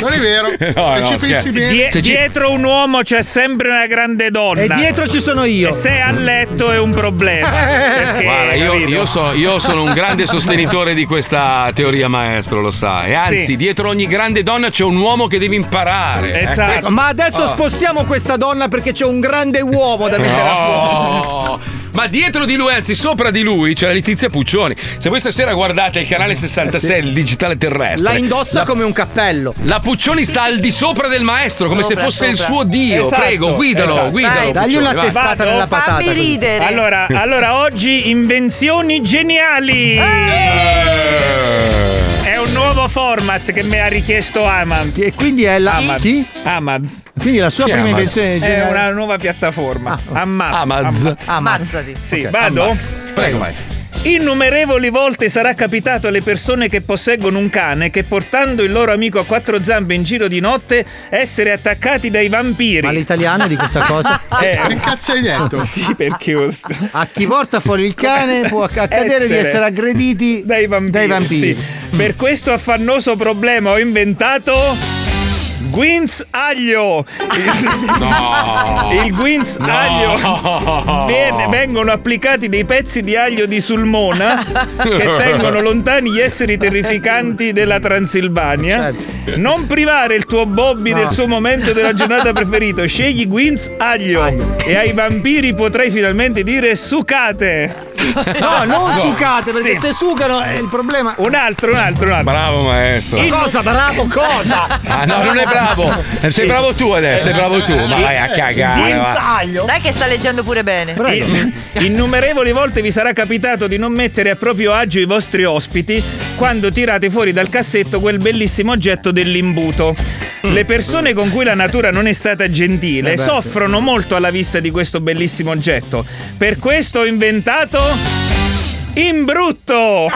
Non è vero.
No,
Se
no,
ci pensi
scherzo.
bene.
Die-
Se ci-
dietro un uomo c'è sempre una grande donna.
E dietro ci sono io.
E se è a letto è un problema.
Eh,
perché,
Guarda, io,
capito?
io so- io sono un grande sostenitore di questa teoria maestro, lo sa. E anzi,
Sì.
dietro ogni grande donna c'è un uomo che deve imparare.
Ecco, Ma
Oh.
adesso spostiamo questa donna perché c'è un grande uomo da mettere
Oh,
a fuoco.
No. Oh. Ma dietro di lui, anzi sopra di lui, c'è la Letizia Puccioni. Se voi stasera guardate il canale 66,
Eh
il digitale terrestre,
La indossa come un cappello.
la Puccioni sta al di sopra del maestro, come se
Sopra,
fosse il
sopra.
suo dio.
Esatto,
Prego, guidalo,
esatto.
guidalo.
Vai, dagli
Puccioni,
una
vai.
testata Vado, nella fammi patata, così. ridere.
Allora, allora, oggi invenzioni geniali.
Eh!
Eh,
Eh,
È un nuovo format che mi ha richiesto Amaz.
E quindi è la
Amaz.
chi?
Amaz.
Quindi la sua
Chi è
prima
Amaz?
invenzione
È
geniale- Ah,
una nuova piattaforma. Amaz.
Amaz.
Amaz. Sì,
Ok,
vado.
ammazza. Prego, maestro.
Innumerevoli volte sarà capitato alle persone che posseggono un cane che portando il loro amico a quattro zampe in giro di notte essere attaccati dai vampiri. Ma
l'italiano di questa cosa?
Che cazzo hai detto?
Sì, perché ho st-
A chi porta fuori il cane può acc- accadere di essere aggrediti
dai vampiri.
dai vampiri. Mm.
sì. Per questo affannoso problema ho inventato Guinz Aglio. Il-
No.
Il Guinz
No.
Aglio. Viene- vengono applicati dei pezzi di aglio di sulmona che tengono lontani gli esseri terrificanti della Transilvania.
Certo.
Non privare il tuo Bobby
No.
del suo momento della giornata preferito. Scegli Guinz Aglio. E ai vampiri potrai finalmente dire sucate.
No, non
Sì.
sucate, perché se sucano è il problema.
Un altro, un altro, un altro.
Bravo maestro.
Cosa, bravo, cosa?
Ah no, non è bravo. Eh, Sei bravo tu adesso, sei bravo tu. Ma vai a
Eh.
cagare. va.
Dai che sta leggendo pure bene.
In- Innumerevoli volte vi sarà capitato di non mettere a proprio agio i vostri ospiti quando tirate fuori dal cassetto quel bellissimo oggetto dell'imbuto. Le persone con cui la natura non è stata gentile
Mm. Eh beh, sì.
soffrono molto alla vista di questo bellissimo oggetto. Per questo ho inventato. Imbrutto!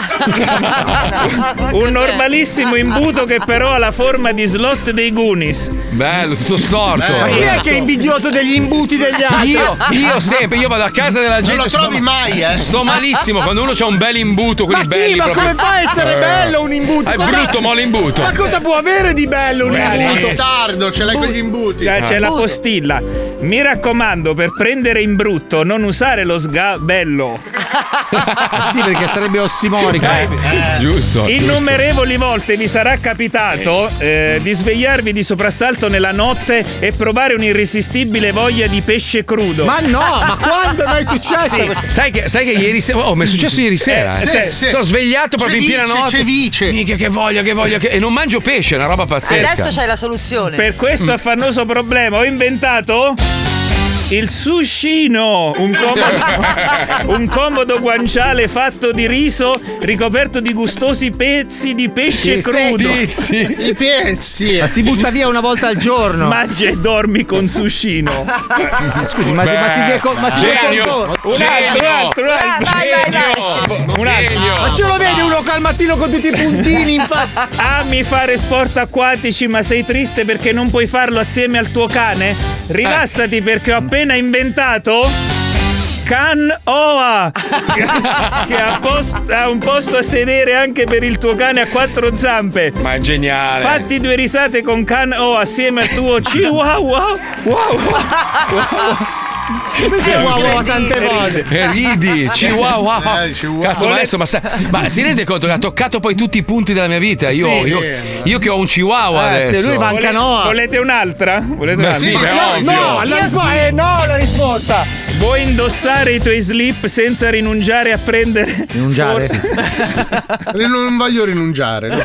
Un normalissimo imbuto che però ha la forma di slot dei Goonies.
Bello, tutto storto.
Ma chi è che
Certo.
è
invidioso degli imbuti degli altri?
Io, io sempre, io vado a casa della
Non
gente.
lo
sto-
trovi mai, eh.
Sto malissimo quando uno c'ha un bel imbuto, quelli
Ma chi?
belli.
Ma
proprio-
come fa a essere
Eh.
bello un imbuto?
È
Cosa-
brutto, mole imbuto.
Ma cosa può avere di bello un
Beh,
imbuto?
Bastardo, ce l'hai con gli imbuti.
Ah.
Eh, c'è la postilla. Mi raccomando, per prendere in brutto, non usare lo sgabello.
sì, perché sarebbe Eh. ossimorico.
Giusto.
Innumerevoli volte vi sarà capitato eh, di svegliarvi di soprassalto nella notte e provare un'irresistibile voglia di pesce crudo.
Ma no, ma quando mai è
Sì.
successo?
Sai che, sai che ieri sera. Oh, mi è successo ieri sera.
Eh,
eh.
sì, sì.
Sono svegliato proprio in piena
Ceviche,
notte.
ceviche.
Minchia, che voglia, che voglia. Che... E non mangio pesce, è una roba pazzesca.
Adesso c'hai la soluzione.
Per questo affannoso problema ho inventato il suscino, un comodo, un comodo guanciale fatto di riso ricoperto di gustosi pezzi di pesce
Sì,
crudo.
sì.
I pezzi.
Ma si butta via una volta al giorno.
Mangia e dormi con suscino.
Scusi, ma, si- ma si deve, co- ma si deve contorno.
Un altro, un altro, un altro. Un altro.
Ma ce lo vedi uno al mattino con tutti i puntini in faccia?
Ami fare sport acquatici, ma sei triste perché non puoi farlo assieme al tuo cane?
Eh.
Rilassati perché ho appena inventato. Can Oa! Che che ha, post- ha un posto a sedere anche per il tuo cane a quattro zampe.
Ma è geniale.
Fatti due risate con Can Oa assieme al tuo Chihuahua. Wow!
Perché
Anche
wow wow
ridi.
tante volte?
Eh, Ridi,
Ah,
chihuahua.
Eh,
Cazzo, ma adesso, ma, sa- ma si rende conto che ha toccato poi tutti i punti della mia vita? Io,
Sì.
io, io che ho un chihuahua
Eh,
adesso.
Vole- Volete un'altra? Volete
Ma sì,
un'altra?
ma è No, ovvio. no, la Io rispo- sì. eh,
no, la risposta.
Vuoi indossare i tuoi slip senza rinunciare a prendere? Rinunciare?
non voglio rinunciare.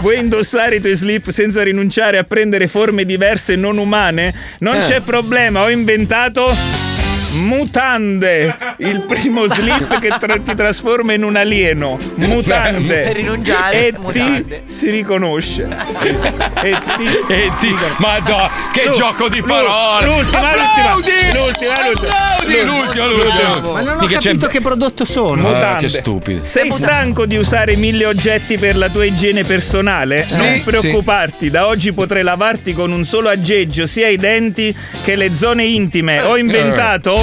Vuoi indossare i tuoi slip senza rinunciare a prendere forme diverse e non umane? Non
Eh.
c'è problema, ho inventato Mutande, il primo slip che tra- ti trasforma in un alieno. Mutande.
Eh,
Per rinunciare,
E ti
mutande.
si riconosce. E ti.
E ti. Madonna, che
Lu-
gioco di
Lu-
parole!
L'ultima, l'ultima,
Applaudi!
l'ultima, l'ultima.
Applaudi, l'ultima, l'ultima.
Ma non ho
Mica c'è-
capito che prodotto sono.
Mutande.
Ah, che stupido.
Sei stanco di usare mille oggetti per la tua igiene personale?
Sì,
non preoccuparti, da oggi potrai lavarti con un solo aggeggio sia i denti che le zone intime.
Eh.
Ho inventato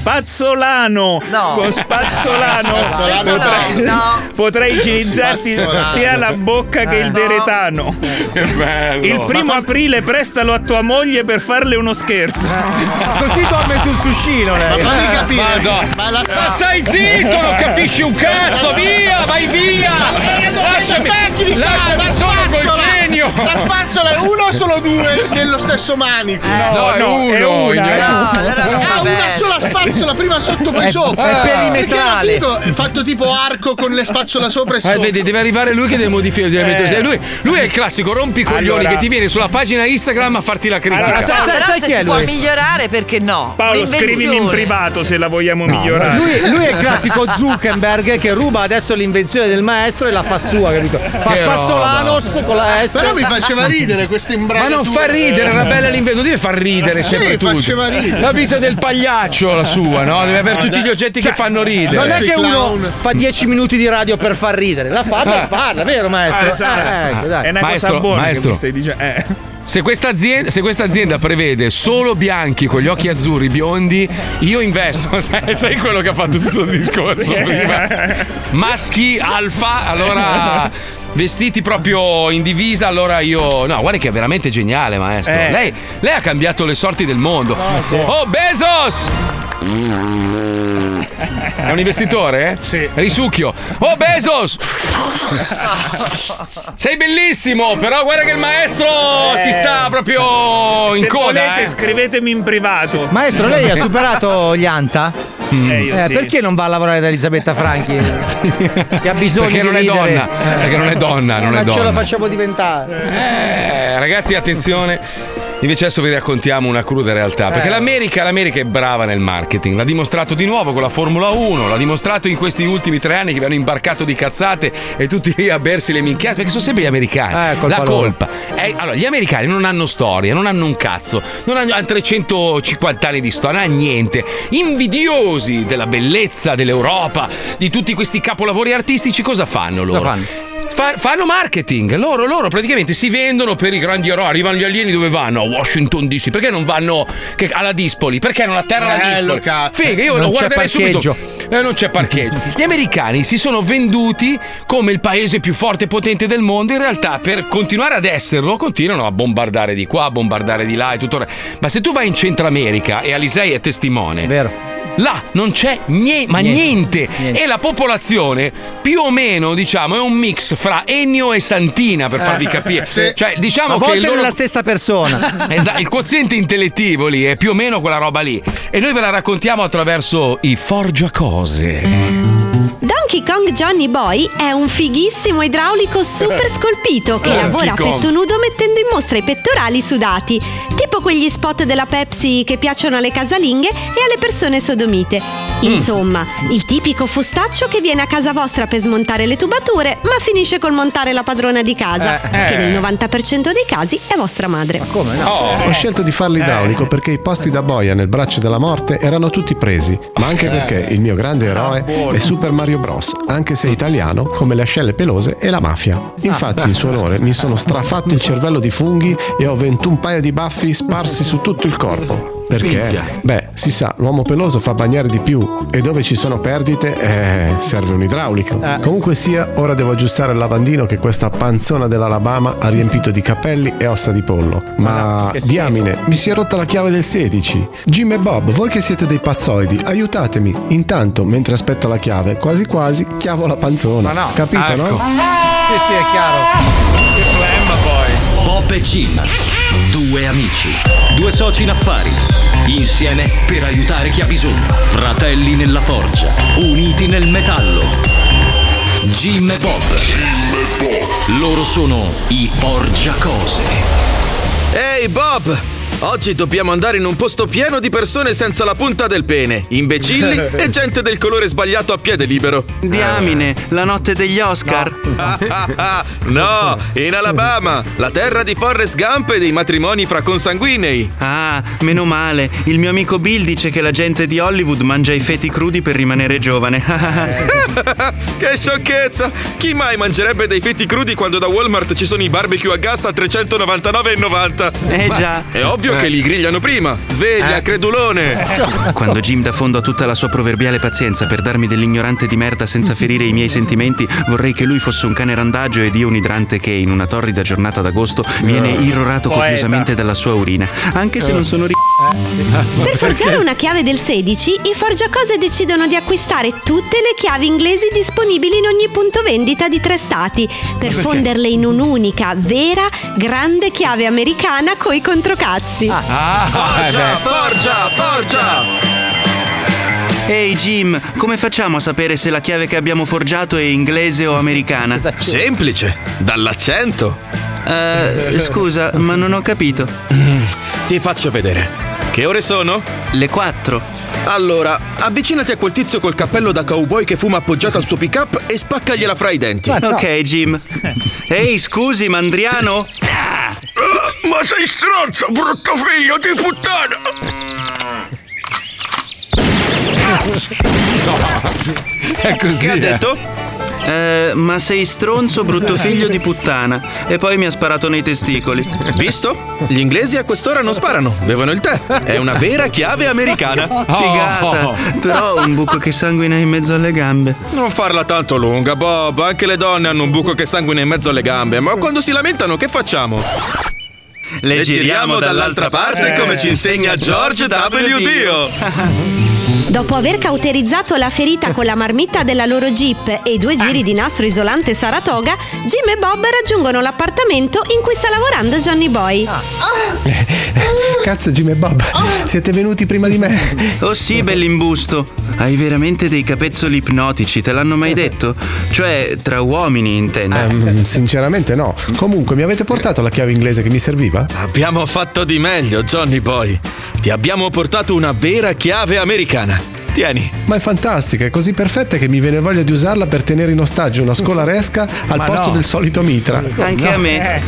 Spazzolano! Con spazzolano,
Spazzolano
potrai,
no. No.
potrai igienizzarti
Spazzolano.
sia la bocca che
Eh.
il
No.
deretano. Il primo aprile prestalo a tua moglie per farle uno scherzo.
Così dorme sul suscino lei.
Ma fammi capire.
Madonna.
Ma
Eh, Ma,
la-
stai zitto, non capisci un cazzo! Via, vai via! Lasciami, lasciami solo col genio!
La spazzola è uno o solo due nello stesso manico?
no, è uno,
è una.
ignaro. No, allora non
Ah,
va
una
bene.
sola spazzola, prima sotto
È-
poi sopra.
è
perimetrale.
Perché era figo, fatto tipo arco con le spazzola sopra e
Eh,
sopra.
vedi, deve arrivare lui che deve modificare. deve
Eh.
mettere- Lui, lui è il classico rompicoglioni
Allora-
che ti viene sulla pagina Instagram a farti la critica.
Allora, sai-
Però se si può migliorare, perché no?
Paolo,
L'invenzione.
scrivimi in privato se la vogliamo migliorare.
Lui, lui è il classico Zuckerberg che ruba adesso l'invenzione del maestro e la fa sua, capito? Fa
Che
spazzolanos
roba.
Ah, con la S.
Però mi faceva ridere questa
Ma
imbranatura.
non fa
eh.
ridere, era bella l'invento, non deve far ridere
Sì,
sempre tutto.
faceva ridere.
La vita del pagliaccio, la sua, no? Deve avere tutti gli oggetti che fanno ridere.
Non è che uno fa 10 minuti di radio per far ridere, la fa per
Ah.
farla, vero maestro?
esatto.
Eh, ecco, dai.
maestro, maestro, Se questa, azienda, se questa azienda prevede solo bianchi con gli occhi azzurri, biondi, io investo. Sai, sai quello che ha fatto tutto il discorso prima? Maschi, alfa, allora vestiti proprio in divisa, allora io... No, guarda che è veramente geniale, maestro.
Eh.
Lei, lei ha cambiato le sorti del mondo.
Ah,
sì.
Oh, Bezos! È un investitore? Eh? Sì. Risucchio. Oh Bezos! Sei bellissimo, però guarda che il maestro
Eh.
ti sta proprio in
se
coda.
volete,
eh.
scrivetemi in privato.
Maestro, lei ha superato gli Anta?
Mm.
Eh, io sì.
Perché non va a lavorare da Elisabetta Franchi? che ha bisogno
Perché
di
non è
ridere.
donna, perché non è donna, non
Ma
è
ce la
donna.
facciamo diventare.
Eh, ragazzi, attenzione. Invece adesso vi raccontiamo una cruda realtà, perché
Eh.
l'America, l'America è brava nel marketing, l'ha dimostrato di nuovo con la Formula 1, l'ha dimostrato in questi ultimi tre anni che vi hanno imbarcato di cazzate e tutti lì a bersi le minchiate, perché sono sempre gli americani.
Eh, colpa
la
loro.
colpa. è- allora, gli americani non hanno storia, non hanno un cazzo, non hanno hanno 350 anni di storia, non hanno niente. Invidiosi della bellezza dell'Europa, di tutti questi capolavori artistici, cosa fanno loro?
fanno?
Fa- fanno marketing, loro, loro praticamente si vendono per i grandi eroi. Arrivano gli alieni dove vanno? A Washington DC, perché non vanno che- alla Dispoli? Perché non atterrano alla
Bello,
Dispoli?
cazzo.
Figa, io
Non
lo
c'è
guarderei subito.
parcheggio.
Eh, non c'è parcheggio. Gli americani si sono venduti come il paese più forte e potente del mondo. In realtà, per continuare ad esserlo, continuano a bombardare di qua, a bombardare di là e tutto. il re- Ma se tu vai in Centro America e Alisei è testimone. Là non c'è nie- ma niente, E la popolazione, più o meno, diciamo, è un mix fra Ennio e Santina, per farvi capire.
Eh, Sì.
Cioè, diciamo
A
che
volte
il loro-
nella stessa persona.
Esatto, il quoziente intellettivo lì è più o meno quella roba lì. E noi ve la raccontiamo attraverso i forgiacose.
Donkey Kong Johnny Boy è un fighissimo idraulico super scolpito che
Donkey
lavora a
Kong.
petto nudo mettendo in mostra i pettorali sudati, tipo quegli spot della Pepsi che piacciono alle casalinghe e alle persone sodomite. Insomma, il tipico fustaccio che viene a casa vostra per smontare le tubature, ma finisce col montare la padrona di casa,
Eh, eh.
che nel 90% dei casi è vostra madre. Ma come
Ho scelto di farlo idraulico perché i posti da boia nel braccio della morte erano tutti presi, ma anche perché il mio grande eroe è Super Mario Bros, anche se italiano, come le ascelle pelose e la mafia. Infatti, in suo onore, mi sono strafatto il cervello di funghi e ho 21 paia di baffi sparsi su tutto il corpo. Perché?
Minchia.
Beh, si sa, l'uomo peloso fa bagnare di più e dove ci sono perdite eh, serve un idraulico.
Eh.
Comunque sia, ora devo aggiustare il lavandino che questa panzona dell'Alabama ha riempito di capelli e ossa di pollo. Ma
Ah, che schifo.
diamine, mi si è rotta la chiave del 16. Jim e Bob, voi che siete dei pazzoidi, aiutatemi. Intanto, mentre aspetto la chiave, quasi quasi chiavo la panzona. Capito,
ecco.
no? Ecco.
Sì, sì, è chiaro.
Che flemma poi.
Bob e Jim, due amici, due soci in affari, insieme per aiutare chi ha bisogno, fratelli nella forgia, uniti nel metallo. Jim e Bob. Loro sono i Forgia Cose.
Ehi Bob! Oggi dobbiamo andare in un posto pieno di persone senza la punta del pene, imbecilli e gente del colore sbagliato a piede libero. Diamine, la notte degli Oscar. no, in Alabama, la terra di Forrest Gump e dei matrimoni fra consanguinei.
Ah, meno male. Il mio amico Bill dice che la gente di Hollywood mangia i feti crudi per rimanere giovane.
Eh.
che sciocchezza! Chi mai mangerebbe dei feti crudi quando da Walmart ci sono i barbecue a gas a 399,90?
Eh, già. Eh.
È ovvio che li grigliano prima. Sveglia, credulone!
Quando Jim dà fondo a tutta la sua proverbiale pazienza per darmi dell'ignorante di merda senza ferire i miei sentimenti, vorrei che lui fosse un cane randagio ed io un idrante che in una torrida giornata d'agosto viene irrorato
Poeta.
copiosamente dalla sua urina, anche se non sono ri...
Per forgiare una chiave del 16, i forgiacose decidono di acquistare tutte le chiavi inglesi disponibili in ogni punto vendita di tre stati, per
perché?
fonderle in un'unica, vera, grande chiave americana coi controcazzi.
Ah.
Forgia, forgia, forgia!
Ehi Jim, come facciamo a sapere se la chiave che abbiamo forgiato è inglese o americana?
Esatto.
Semplice, dall'accento.
Eh, scusa, ma non ho capito.
Mm. Ti faccio vedere. Che ore sono?
Le 4.
Allora, avvicinati a quel tizio col cappello da cowboy che fuma appoggiato al suo pick-up e spaccagliela fra i denti.
Ok Jim. Ehi, scusi, Mandriano?
Ma sei stronzo, brutto figlio di puttana!
È così.
eh.
Che ha detto? Eh, ma sei stronzo, brutto figlio di puttana. E poi mi ha sparato nei testicoli.
Visto? Gli inglesi a quest'ora non sparano, bevono il tè. È una vera chiave americana.
Figata. Però ho un buco che sanguina in mezzo alle gambe.
Non farla tanto lunga, Bob. Anche le donne hanno un buco che sanguina in mezzo alle gambe. Ma quando si lamentano, che facciamo?
Le,
Mm. giriamo dall'altra parte come ci insegna George W. Dio.
Dopo aver cauterizzato la ferita con la marmitta della loro jeep e due giri di nastro isolante Saratoga, Jim e Bob raggiungono l'appartamento in cui sta lavorando Johnny Boy.
Cazzo, Jim e Bob, siete venuti prima di me.
Oh sì, bell'imbusto. Hai veramente dei capezzoli ipnotici, te l'hanno mai detto? Cioè, tra uomini
Eh.
intendo.
Ehm, sinceramente no. Comunque, mi avete portato la chiave inglese che mi serviva?
Abbiamo fatto di meglio, Johnny Boy. Ti abbiamo portato una vera chiave americana. Tieni.
Ma è fantastica, è così perfetta che mi viene voglia di usarla per tenere in ostaggio una scolaresca al
Ma
posto
no.
del solito mitra.
No.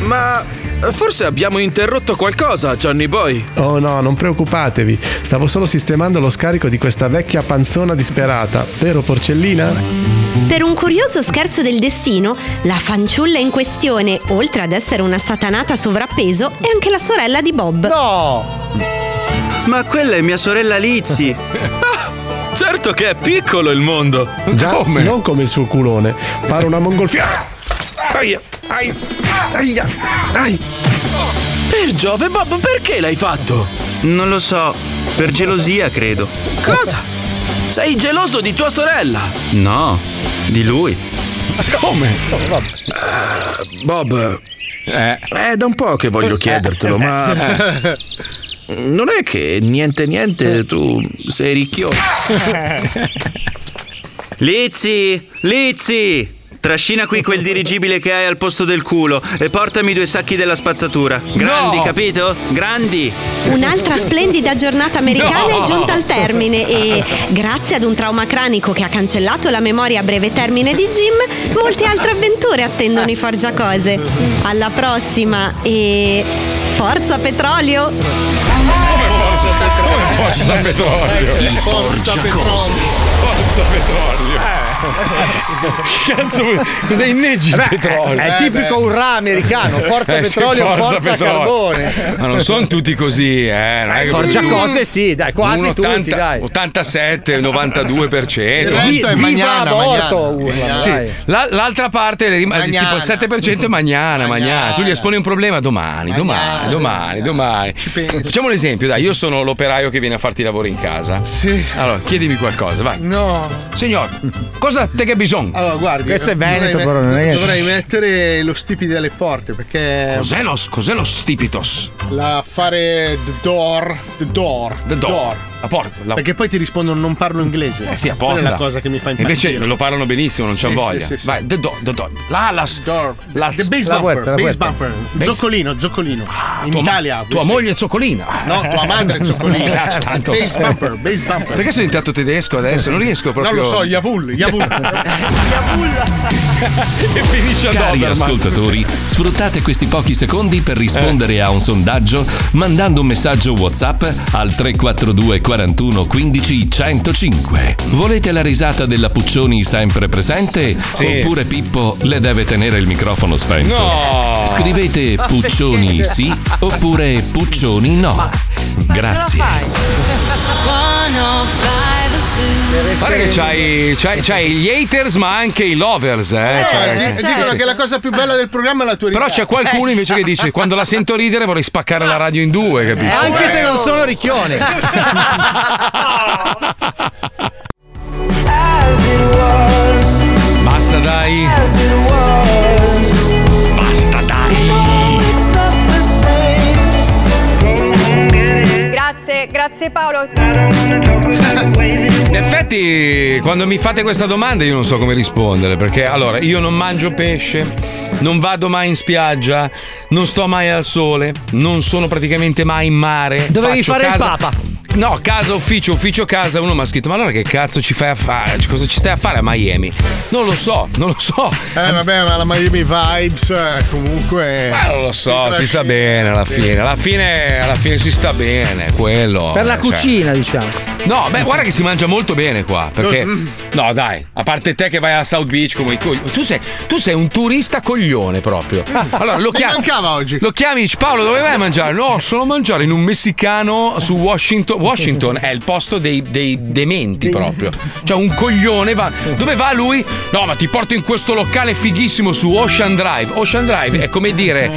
Ma eh, forse abbiamo interrotto qualcosa, Johnny Boy.
Oh no, non preoccupatevi, stavo solo sistemando lo scarico di questa vecchia panzona disperata, vero porcellina?
Per un curioso scherzo del destino, la fanciulla in questione, oltre ad essere una satanata sovrappeso, è anche la sorella di Bob. No!
Ma quella è mia sorella Lizzy.
Certo che è piccolo il mondo.
Già, non come il suo culone, pare una mongolfiera.
Aia, aia, aia, aia. Per Giove, Bob, perché l'hai fatto?
Non lo so, per gelosia credo.
Cosa? Sei geloso di tua sorella?
No, di lui.
Come? Eh, Bob,
Eh.
è da un po' che voglio chiedertelo, ma. Non è che niente niente tu sei ricchione.
Lizzy, Lizzy! Trascina qui quel dirigibile che hai al posto del culo e portami due sacchi della spazzatura. Grandi, capito? Grandi!
Un'altra splendida giornata americana
No!
è giunta al termine e, grazie ad un trauma cranico che ha cancellato la memoria a breve termine di Jim, molte altre avventure attendono i forgiacose. Alla prossima e... Forza petrolio!
Come forza
eh,
petrolio? Forza petrolio.
Il Forza Petrolio.
Forza Petrolio. Che Cazzo, vuoi- cosa inneggi il
Eh Beh,
petrolio?
è tipico urrà americano, forza
Eh, sì,
petrolio, forza
petrolio.
carbone.
Ma non sono tutti così, eh. non è che-
Forgia cose sì, dai, quasi
Un
tutti,
80,
dai.
87, 92%.
Il resto è Vi- viva magnana, aborto, magnana. urla,
Sì,
dai.
la- l'altra parte, rim-
Magnana.
tipo il 7% è magnana, magnana, Tu gli esponi un problema domani, domani, domani, domani. Facciamo un esempio, dai. Io sono l'operaio che viene a farti i lavori in casa. Sì. Allora, chiedimi qualcosa, vai.
No.
Signor, cosa te che hai bisogno?
Allora, guardi. eh,
Questo è
dovrei
Veneto,
met-
però, non è che-
Dovrei mettere lo stipite alle porte perché.
Cos'è lo, cos'è lo stipitos?
La fare the door. The door.
The door. La porta. la-
Perché poi ti rispondono non parlo inglese.
Eh sì,
Quella
apposta.
è la cosa che mi fa impazzire.
Invece lo parlano benissimo, non c'è
Sì,
voglia.
sì, sì, sì.
Vai, the door, the door. La, la, la-
The base
la
bumper,
puerta, la
base
puerta.
bumper.
Base- Ah,
Zoccolino, zoccolino. In
tua ma-
Italia.
tua moglie è zoccolina.
No, tua madre è zoccolina.
Mi piace tanto.
Base bumper, base bumper.
Perché sono diventato tedesco adesso? Eh, Non riesco proprio.
Non lo so, Yavul, Yavul.
e finisce a
Cari ascoltatori, sfruttate questi pochi secondi per rispondere a un sondaggio mandando un messaggio WhatsApp al 342 41 15 105. Volete la risata della Puccioni sempre presente? Oppure Pippo le deve tenere il microfono spento?
No!
Scrivete
Ma
Puccioni
perché?
sì oppure Puccioni no. Grazie.
Guarda che c'hai, c'hai, c'hai gli haters ma anche i lovers. Eh, cioè,
Eh,
sì,
dicono
sì.
che la cosa più bella del programma è la tua
Però c'è qualcuno
Eh,
invece che dice quando la sento ridere vorrei spaccare la radio in due, capito?
eh,
Anche se non sono ricchione.
Basta dai. Basta dai.
Grazie, grazie Paolo.
In effetti, quando mi fate questa domanda, io non so come rispondere. Perché allora io non mangio pesce, non vado mai in spiaggia, non sto mai al sole, non sono praticamente mai in mare.
Dovevi
faccio
fare il
casa-
papa.
No, casa, ufficio, ufficio, casa. Uno mi ha scritto: Ma allora che cazzo ci fai a fare? Cioè, Cosa ci stai a fare a Miami? Non lo so, non lo so.
Eh vabbè, ma la Miami Vibes eh, comunque.
Ma non lo so, si sta bene alla fine. Alla fine, alla fine si sta bene, quello.
per la
cioè.
cucina, diciamo.
No, beh, guarda che si mangia molto bene qua. Perché. No, dai, a parte te che vai a South Beach come i cogli- Tu sei, tu sei un turista coglione proprio. Allora lo
Mi
chiami.
mancava oggi.
Lo chiami e dici, Paolo, dove vai a mangiare? No, sono a mangiare in un messicano su Washington. Washington è il posto dei, dei dementi proprio. Cioè, un coglione va. Dove va lui? No, ma ti porto in questo locale fighissimo su Ocean Drive. Ocean Drive è come dire.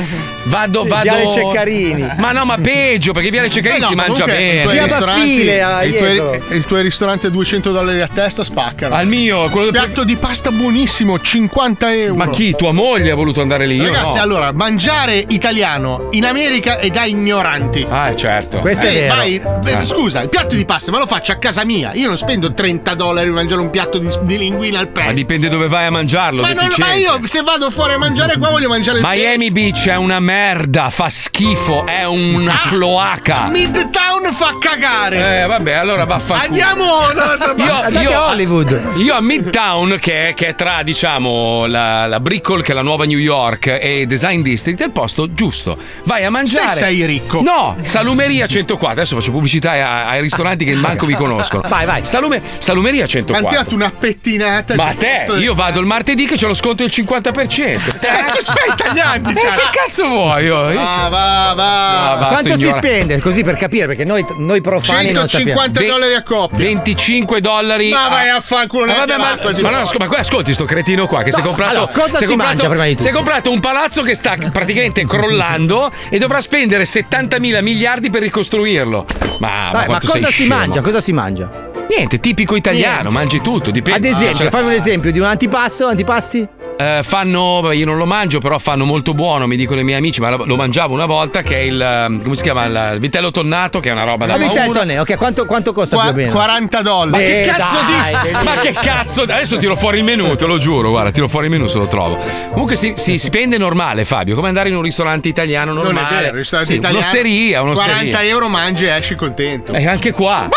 Vado,
Sì,
vado.
Viale Ceccarini.
Ma no, ma peggio, perché Viale Ceccarini
Eh no,
si mangia
comunque,
bene. ah,
i tuoi ristoranti-
a
i tuoi,
Jesolo.
i tuoi ristoranti a 200 dollari a testa spaccano.
Al mio, quello
piatto di pasta buonissimo, 50 euro.
Ma chi? Tua moglie ha voluto andare lì? Io
Ragazzi,
no.
allora, mangiare italiano in America è da ignoranti.
Ah, eh, certo.
Eh,
vai-
vai- beh,
eh,
Scusa, il piatto di pasta me lo faccio a casa mia. Io non spendo 30 dollari per mangiare un piatto di, di linguina al
Ma
pesto.
dipende dove vai a mangiarlo.
Ma, non- ma
deficiente.
io se vado fuori a mangiare qua voglio mangiare il
Miami Beach è una merda, fa schifo, è una
Ah,
cloaca.
Midtown fa cagare.
Eh, vabbè, allora vaffanculo.
Andiamo dall'altra parte.
Andate a Hollywood.
Io a Midtown, che, è- che è tra diciamo la, la Brickell, che è la nuova New York, e Design District, è il posto giusto. Vai a mangiare.
Se sei ricco.
No, Salumeria 104. Adesso faccio pubblicità a- ai ristoranti che manco mi conoscono.
Vai, vai.
Salume- Salumeria
Mi hanno
104.
tirato una pettinata.
Ma a
di
te,
questo-
io vado il martedì che c'ho lo sconto del 50%. Te-
Cazzo, c'hai italiani,
Eh,
c'ha-
che cazzo vuoi? oh? Io- io-
Va, va, va.
Ah, basta,
Quanto si
ignora.
spende? Così per capire, perché noi, noi profani non sappiamo.
150 dollari a coppia.
25 dollari.
Ma vai a fanculo,
Ma
neanche
vabbè, ma,
l'acqua si
ma no,
trova.
asco- ma qua ascolti sto cretino qua che si è comprato.
allora, cosa
si è
si
comprato-
mangia prima di tutto?
Si è comprato un palazzo che sta praticamente crollando e dovrà spendere 70.000 miliardi per ricostruirlo. Ah, Ma,
Dai, ma
quanto
cosa
sei
si
scemo.
mangia? Cosa si mangia?
Niente, tipico italiano,
Niente.
mangi tutto, dipende.
Ad
Ah, ce
esempio,
la-
fammi un esempio di un antipasto, antipasti?
Eh, fanno, vabbè, io non lo mangio, però fanno molto buono, mi dicono i miei amici, ma lo, lo mangiavo una volta che è il, eh, come si chiama, il, il vitello tonnato che è una roba da
Ma
paura.
Viteltone, ok, quanto, quanto costa più o meno?
40 dollari.
Ma che
Eh,
cazzo
dai,
dici?
devi-
Ma che cazzo? Adesso tiro fuori il menù, te lo giuro, guarda, tiro fuori il menù se lo trovo. Comunque si, si spende normale, Fabio, come andare in un ristorante italiano
Non
normale.
è vero, il ristorante
Sì,
italiano.
Un'osteria, un'osteria.
40 euro mangi e esci contento.
Eh, anche qua.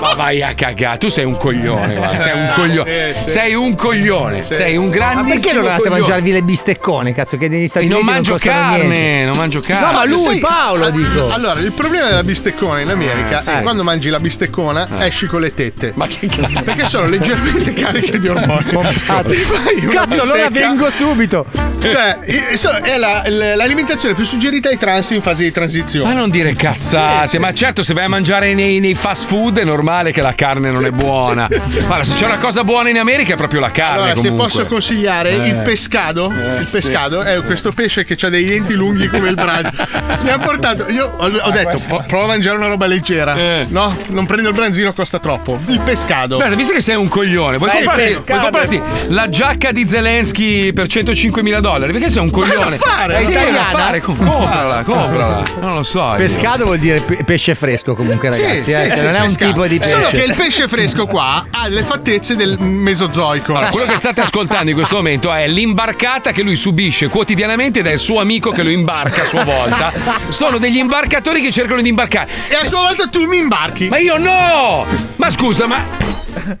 Ma vai a cagare, tu sei un coglione, guarda, sei un
Eh,
coglione.
sì, sì.
Sei un coglione,
Sì.
sei un
Ma
grandissimo
perché non andate a
coglione.
mangiarvi le bisteccone, cazzo, Cioè, che negli Stati
E non
Uniti
mangio
costano
carne,
niente.
non mangio carne.
No, ma lui,
Sai-
Paolo,
a-
dico.
Allora, il problema della bisteccona in America
Eh,
è
sì.
che quando mangi la bisteccona esci con le tette. Ma che cazzo? Perché sono leggermente cariche di ormoni.
Ah,
Pompate.
Ti fai una
Cazzo, allora
bistecca-
vengo subito.
Cioè, i- so- è la- l- l'alimentazione più suggerita ai trans in fase di transizione.
Ma non dire cazzate, ma certo se vai a mangiare nei, nei fast food è normale che la carne non è buona. Guarda, se c'è una cosa buona in America è proprio la carne.
Allora, se
comunque.
posso consigliare
Eh.
il pescado,
Eh,
il
sì,
pescado è
sì.
questo pesce che ha dei denti lunghi come il branzino. Mi ha portato, io ho, ho detto, "Po- prova a mangiare una roba leggera. No, non prendo il branzino, costa troppo. Il pescado.
Aspetta, visto che sei un coglione, vuoi
Vai,
comprarti,
pescate.
vuoi comprarti la giacca di Zelensky per 105 mila dollari? Perché sei un
Vada a
coglione?
fare, è
Sì, vada a
italiana?
fare, co- comprala, comprala. Non lo so.
Pescado vuol dire pe- pesce fresco comunque,
Sì,
ragazzi.
sì,
eh,
sì,
cioè,
sì,
non è un
pescado.
tipo di pesce.
Solo che il pesce fresco qua ha le fattezze del mesozoico.
Allora, quello che state ascoltando in questo momento è l'imbarcata che lui subisce quotidianamente dal suo amico che lo imbarca a sua volta. Sono degli imbarcatori che cercano di imbarcare.
E a sua volta tu mi imbarchi.
Ma io no! Ma scusa, ma.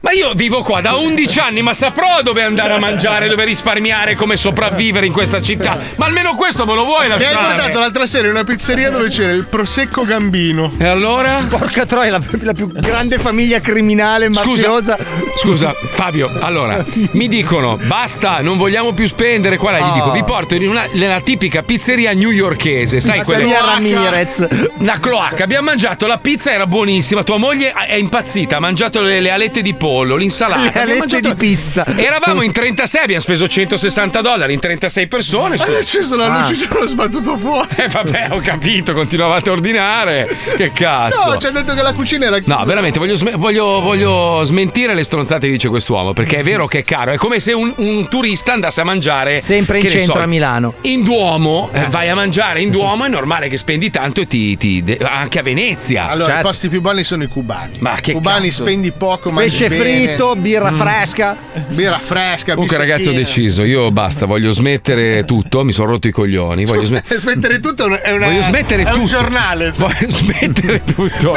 Ma io vivo qua da 11 anni, ma saprò dove andare a mangiare, dove risparmiare, come sopravvivere in questa città. Ma almeno questo me lo vuoi
Mi hai
lasciare?
portato l'altra sera in una pizzeria dove c'era il prosecco gambino.
E allora?
Porca troia, la, la più grande famiglia criminale mafiosa.
Scusa, Fabio, allora mi dicono basta, non vogliamo più spendere. Qual è? Gli
Oh.
dico, vi porto in una, nella tipica pizzeria newyorkese, sai quelle.
Pizzeria Ramirez.
Una cloaca. Abbiamo mangiato la pizza, era buonissima. Tua moglie è impazzita, ha mangiato le, le alette di pollo, l'insalata.
Le
abbiamo
alette
mangiato-
di pizza.
Eravamo in 36, abbiamo speso 160 dollari in 36 persone.
Ma
scusa. Ah.
è acceso la luce, ce l'ho sbattuto fuori.
Eh vabbè, ho capito, continuavate a ordinare. Che cazzo.
No, ci ha detto che la cucina era
No, veramente, voglio, sme- voglio- voglio smentire le stronzate che dice quest'uomo, perché è vero che è caro. È come se un, un turista andasse a mangiare.
Sempre in
che ne
centro
so,
a Milano.
In Duomo, eh, vai a mangiare in Duomo, è normale che spendi tanto e ti. ti- de- anche a Venezia.
Allora,
Cioè,
i posti più buoni sono i cubani. Ma
che
cubani
cazzo? Mm.
spendi poco, ma
Pesce fritto, birra fresca.
Birra fresca,
Comunque ragazzi ho
bistecchina.
deciso, io basta, voglio smettere tutto, mi sono rotto i coglioni, voglio, sme-
Smettere tutto è una- è una-
voglio smettere
è
tutto.
un giornale.
Voglio smettere tutto.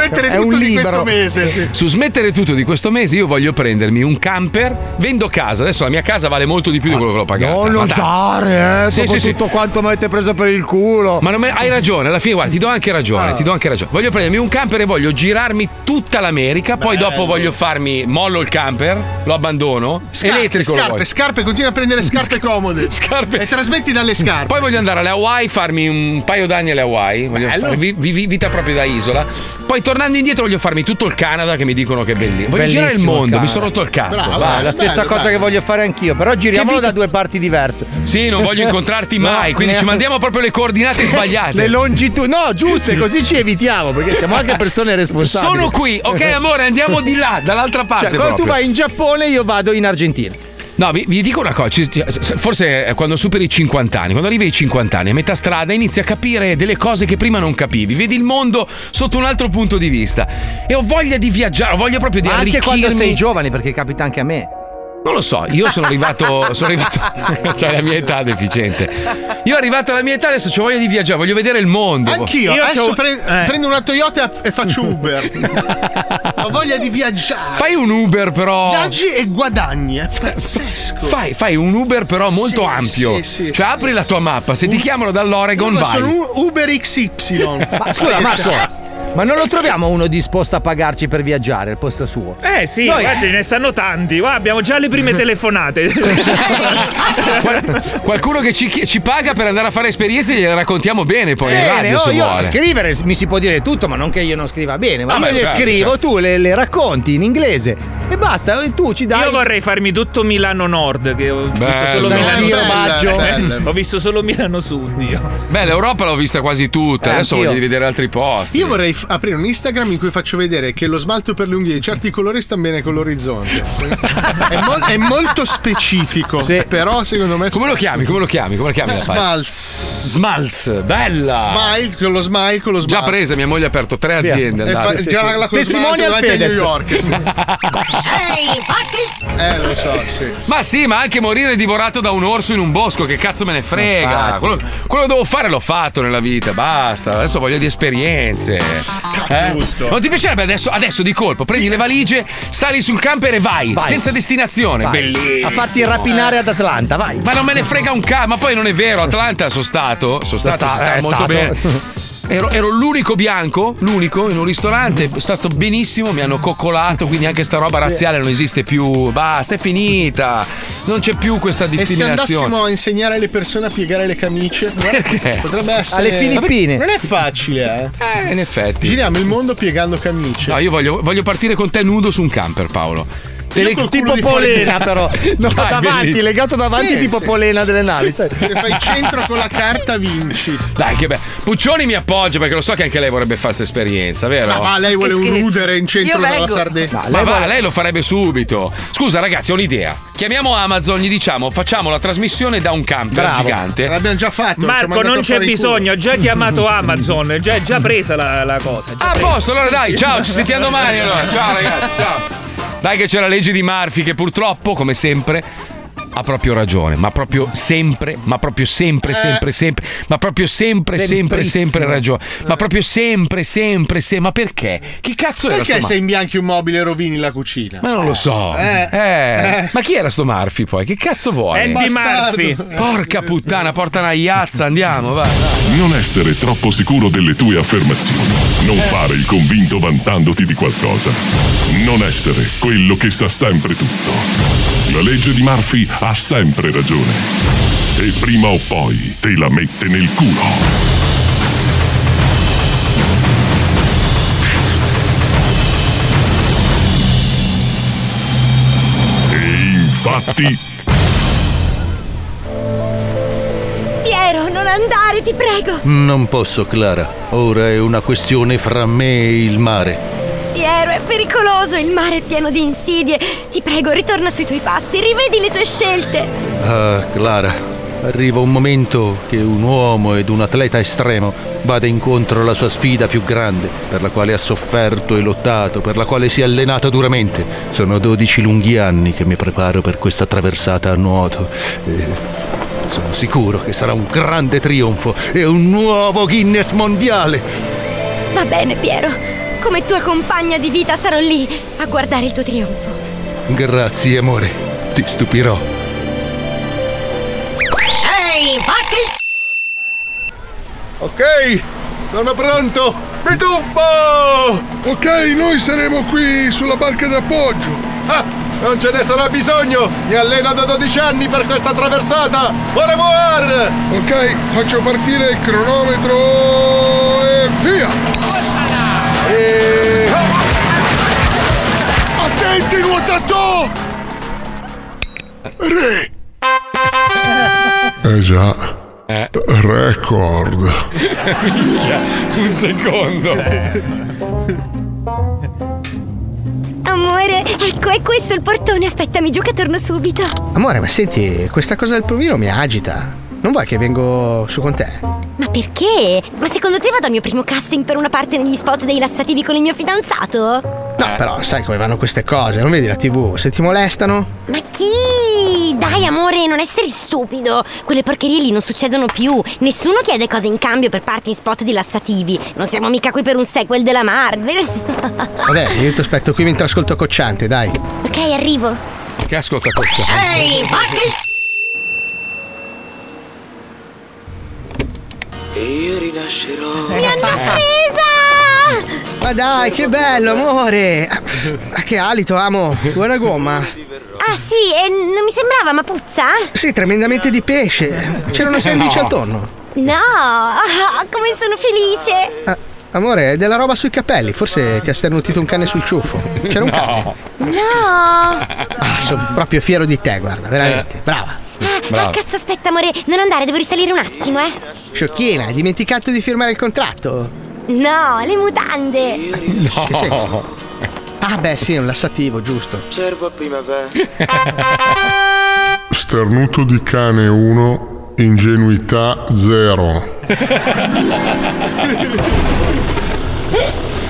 Smettere tutto di questo mese, sì.
Su smettere tutto di questo mese io voglio prendermi un camper, vendo casa, adesso la mia casa vale molto di più di quello che l'ho pagata.
Oh,
Ma
non
dai.
usare, eh,
Sì,
dopo
sì, sì.
tutto quanto mi avete preso per il culo.
Ma non me- hai ragione, alla fine guarda, ti do anche ragione,
Ah.
ti do anche ragione. Voglio prendermi un camper e voglio girarmi tutta l'America, poi dopo voglio farmi mollo il camper, lo abbandono,
Scarpe,
elettrico lo
scarpe,
voglio.
scarpe, continua a prendere scarpe comode. Scarpe. E trasmetti dalle scarpe.
Poi voglio andare alle Hawaii, farmi un paio d'anni alle Hawaii, voglio
Bello.
fare vi- vi- vita proprio da isola. Poi tornando indietro voglio farmi tutto il Canada che mi dicono che è bellissimo. Voglio girare il
Bellissimo
mondo,
Canada.
mi sono rotto il cazzo.
Bravo,
vai.
è la stessa cosa che voglio fare anch'io, però giriamolo da due parti diverse.
Sì, non voglio incontrarti mai,
No,
quindi
ne-
ci mandiamo proprio le coordinate
Sì,
sbagliate.
Le longitudini, no, giuste,
Sì.
così ci evitiamo perché siamo anche persone responsabili.
Sono qui, ok amore, andiamo di là, dall'altra parte.
Cioè, quando tu
proprio.
vai in Giappone, io vado in Argentina.
No, vi, vi dico una cosa, ci- ci- forse eh, quando superi i 50 anni, quando arrivi ai 50 anni, a metà strada inizi a capire delle cose che prima non capivi, vedi il mondo sotto un altro punto di vista e ho voglia di viaggiare, ho voglia proprio di
Ma anche
arricchirmi.
quando sei giovane, perché capita anche a me.
Non lo so, io sono arrivato. sono arrivato. cioè, la mia età è deficiente. Io arrivato alla mia età, adesso ho voglia di viaggiare, voglio vedere il mondo.
Anch'io,
Io
adesso
c'ho-
pre-
eh.
prendo una Toyota e faccio Uber. Ho voglia di viaggiare.
Fai un Uber, però.
Viaggi e guadagni, è pazzesco.
Fai, fai un Uber, però molto
Sì,
ampio.
sì, sì,
cioè, apri la tua mappa. Se ti chiamano dall'Oregon,
Io
vai.
sono un Uber XY.
Ma scusa, Marco. Ma non lo troviamo uno disposto a pagarci per viaggiare al posto suo?
Eh sì,
Noi-
guarda, ce ne sanno tanti. Guarda, abbiamo già le prime telefonate.
Qualcuno che ci, chi- ci paga per andare a fare esperienze, gliele raccontiamo bene poi in
Bene,
radio
oh,
se
io
vuole.
scrivere mi si può dire tutto, ma non che io non scriva bene. Ma
Ah,
io
beh,
le
certo,
scrivo,
certo.
tu le, le racconti in inglese e basta. e
Uh,
Tu ci dai.
Io vorrei farmi tutto Milano Nord, che ho visto solo
San
Milano
Siro,
Sud.
Maggio.
Eh, Ho visto solo Milano Sud, io.
Beh, l'Europa l'ho vista quasi tutta.
Eh,
Adesso
anch'io.
voglio vedere altri posti.
Io vorrei f- aprire un Instagram in cui faccio vedere che lo smalto per le unghie di certi colori sta bene con l'orizzonte. è, mol- è molto specifico, però secondo me.
Come lo chiami? Come lo chiami? Come lo chiami? la pagina?
Smalz.
Smalz, bella.
Smile con lo smile, con lo smile.
Già presa, mia moglie ha aperto tre
Via.
aziende.
E
andate.
fa- già la con lo smile davanti a New York. Eh, lo so, sì.
Ma sì, ma anche morire divorato da un orso in un bosco, che cazzo me ne frega.
Infatti.
Quello, quello che devo fare l'ho fatto nella vita, basta. Adesso voglio di esperienze. Eh?
Giusto.
Non ti piacerebbe adesso, adesso di colpo prendi le valigie, sali sul camper e vai,
Vai.
senza destinazione.
Vai.
Bellissimo.
A farti rapinare ad Atlanta, vai.
Ma non me ne frega un cazzo, ma poi non è vero, Atlanta sono stato, sono stato,
Sta-
si sta
è
molto
stato.
bene. Ero, ero l'unico bianco, l'unico in un ristorante, è stato benissimo, mi hanno coccolato, quindi anche sta roba razziale non esiste più, basta, è finita, non c'è più questa
E se
discriminazione.
andassimo a insegnare alle persone a piegare le camicie?
Perché?
Potrebbe essere.
Alle Filippine.
Non è facile, eh.
in effetti.
Giriamo il mondo piegando camicie.
No, io voglio, voglio partire con te nudo su un camper, Paolo. Te le-
col
Tipo
culo di
polena,
fuori-
però. No,
Dai,
davanti,
bellissimo.
legato davanti,
Sì,
tipo
sì.
polena delle navi. Sai?
Se fai centro con la carta, vinci.
Dai, che bello. Puccioni mi appoggia perché lo so che anche lei vorrebbe fare questa esperienza, vero?
Ma va, lei vuole un rudere in centro
Io
della
vengo.
Sardegna.
Ma va, lei lo farebbe subito. Scusa, ragazzi, ho un'idea. Chiamiamo Amazon, gli diciamo, facciamo la trasmissione da un camper
Bravo.
gigante.
L'abbiamo già fatto.
Marco, non c'è bisogno, ho già chiamato Amazon, è già, è già presa la, la cosa.
A posto, allora dai, ciao, ci sentiamo domani allora. Ciao ragazzi, ciao. Dai che c'è la legge di Murphy che purtroppo, come sempre, ha proprio ragione, ma proprio sempre, ma proprio sempre, sempre, sempre, ma proprio sempre, sempre,
Eh. Semprissimo.
sempre ragione. Ma proprio sempre, sempre, sempre, ma perché? Chi cazzo era
Perché
sto
se
Murphy?
imbianchi un mobile e rovini la cucina?
Ma non lo so.
Eh.
Eh.
Eh.
Ma chi era sto Murphy poi? Che cazzo vuole?
Andy Bastardo. Murphy.
Porca puttana, porta una iazza, andiamo, vai. vai.
Non essere troppo sicuro delle tue affermazioni. Non fare il convinto vantandoti di qualcosa. Non essere quello che sa sempre tutto. La legge di Murphy ha sempre ragione. E prima o poi te la mette nel culo. E infatti
Piero, non andare, ti prego.
Non posso, Clara. Ora è una questione fra me e il mare.
Piero, è pericoloso, il mare è pieno di insidie. Ti prego, ritorna sui tuoi passi, rivedi le tue scelte.
Ah, Clara, arriva un momento che un uomo ed un atleta estremo vada incontro alla sua sfida più grande, per la quale ha sofferto e lottato, per la quale si è allenato duramente. Sono 12 lunghi anni che mi preparo per questa traversata a nuoto. E sono sicuro che sarà un grande trionfo e un nuovo Guinness mondiale.
Va bene, Piero. Come tua compagna di vita sarò lì a guardare il tuo trionfo.
Grazie, amore. Ti stupirò.
Ehi, infatti!
Ok, sono pronto! Mi tuffo!
Ok, noi saremo qui sulla barca d'appoggio.
Ah, non ce ne sarà bisogno! Mi alleno da 12 anni per questa traversata! Ora revoir!
Ok, faccio partire il cronometro e via!
Eh,
Attenti, nuotato!
Re! Eh già. Record.
Un secondo.
Amore, ecco, è questo il portone. Aspettami giù che torno subito.
Amore, ma senti, questa cosa del provino mi agita. Non vuoi che vengo su con te?
Ma perché? Ma secondo te vado al mio primo casting per una parte negli spot dei lassativi con il mio fidanzato?
Eh.
No, però sai come vanno queste cose, non vedi la tv, se ti molestano?
Ma chi? Dai amore, non essere stupido. Quelle porcherie lì non succedono più. Nessuno chiede cose in cambio per parti in spot di lassativi. Non siamo mica qui per un sequel della Marvel.
Vabbè, io ti aspetto qui mentre ascolto Cocciante, dai.
ok, arrivo.
Che ascolta Cocciante?
Ehi, infatti!
Io rinascerò.
Eh, Mi
Eh.
hanno
presa!
Ma dai, che bello, amore! Ah, ah, che alito, amo! Buona gomma!
Ah sì, eh, non mi sembrava, ma puzza?
Sì, tremendamente di pesce. C'erano
Eh,
sandwich
no.
al tonno.
No, ah, come sono felice.
Ah, amore, è della roba sui capelli, forse ti ha sternutito un cane sul ciuffo. C'era un cane.
No.
Ah, sono proprio fiero di te, guarda, veramente. Eh. Brava.
Ah, cazzo, aspetta amore, non andare, devo risalire un attimo, eh.
Sciocchina, hai dimenticato di firmare il contratto?
No, le mutande.
No. Che senso? Ah, beh, sì, è un lassativo, giusto.
Cervo a primavera.
Starnuto di cane 1, ingenuità 0.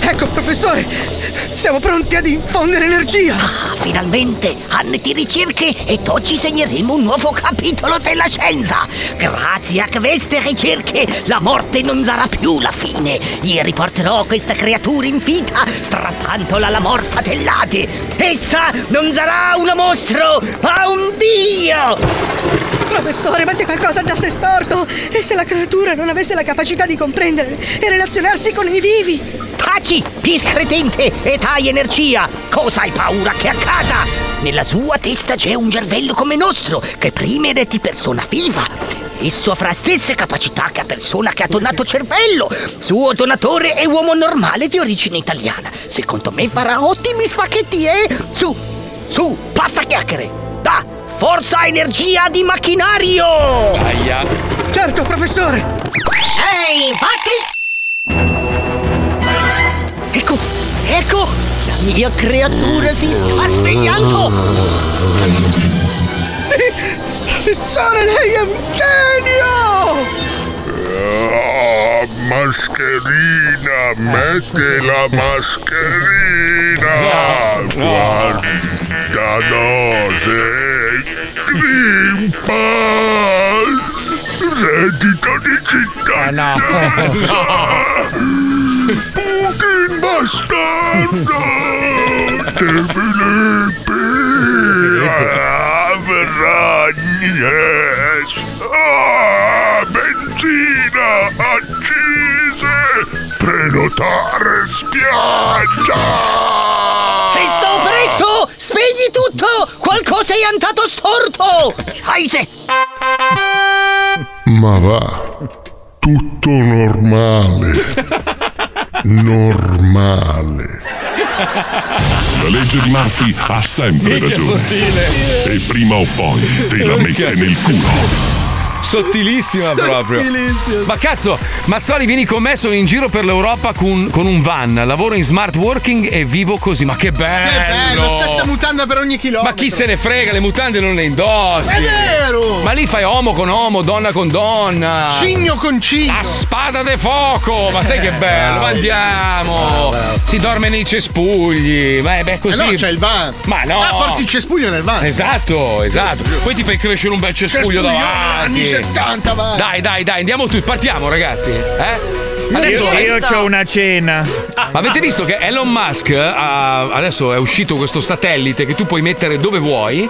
Ecco, professore! Siamo pronti ad infondere energia!
Ah, finalmente! Anni di ricerche ed oggi segneremo un nuovo capitolo della scienza! Grazie a queste ricerche la morte non sarà più la fine! Io riporterò questa creatura in vita strappandola alla morsa dell'Ade! Essa non sarà una mostro, ma un dio!
Professore, ma se qualcosa andasse storto e se la creatura non avesse la capacità di comprendere e relazionarsi con i vivi?
Taci, discredente e dai energia! Cosa hai paura che accada? Nella sua testa c'è un cervello come nostro, che prima era di persona viva. Esso avrà stesse capacità che a persona che ha donato cervello. Suo donatore è uomo normale di origine italiana. Secondo me farà ottimi spacchetti, eh? Su, su, basta chiacchiere! Da, forza energia di macchinario!
Aia!
Certo, professore!
Ehi, fatti! Ecco, ecco! La mia creatura si sta svegliando!
Sì! Sore, lei è un genio!
Ah, mascherina, metti la mascherina. Guarda, dose, grimpa, reddito di città. Putin bastardo, De Filippi, ah, Ferragnes, ah, benzina, accise, prenotare spiaggia.
Presto, presto! Svegli tutto! Qualcosa è andato storto! Aise!
Ma va, tutto normale. Normale.
La legge di Murphy ha sempre
Mica
ragione.
sottile.
E prima o poi te la mette nel culo.
Sottilissima proprio. Ma cazzo, Mazzoli, vieni con me, sono in giro per l'Europa con, con un van, lavoro in smart working e vivo così. Ma che bello!
Che bello, stessa mutanda per ogni chilometro.
Ma chi se ne frega, le mutande non le indossi.
È vero!
Ma lì fai uomo con uomo, donna con donna.
Cigno con cigno.
A spada de fuoco! Ma sai che bello, ma andiamo! Si dorme nei cespugli. Ma è beh, così.
Eh no, c'è il van.
Ma no!
Ah, porti il cespuglio nel van.
Esatto, esatto. Poi ti fai crescere un bel cespuglio
Cespuglione,
davanti.
anni 70, vai.
Dai, dai, dai, andiamo tutti, partiamo, ragazzi. Eh?
Adesso io, ho
una
una cena.
ma avete visto che Elon Musk ha- adesso è uscito questo satellite che tu puoi mettere dove vuoi?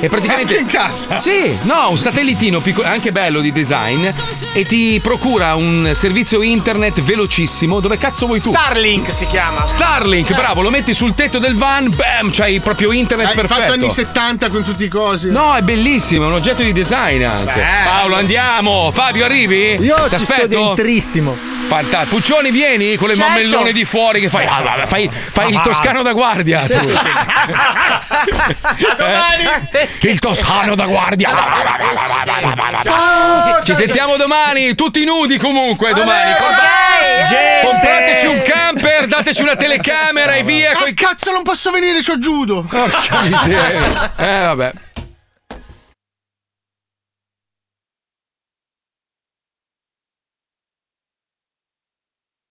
E praticamente.
Anche in casa?
Sì, no, un satellitino piccolo, anche bello di design. E ti procura un servizio internet velocissimo. Dove cazzo vuoi tu?
Starlink si chiama.
Starlink, bravo, lo metti sul tetto del van, bam, c'hai proprio internet
Eh. Hai
perfetto.
fatto anni 70 con tutti i cosi.
No, è bellissimo, è un oggetto di design anche.
Bello.
Paolo, andiamo. Fabio, arrivi?
Io ci
T'aspetto?
sto dentrissimo.
Fanta- Puccioni, vieni con le
Certo.
mammellone di fuori che fai. ah, vabbè, fai, fai il
Ah.
toscano da guardia.
Sì,
tu.
sì,
Eh? Il toscano da guardia.
Ciao,
Ci
ciao,
sentiamo domani, tutti nudi comunque domani. Compra-
gente.
Comprateci un camper, dateci una telecamera e via.
Ah,
coi-
cazzo, non posso venire, c'ho giudo.
Porca miseria. Eh, vabbè.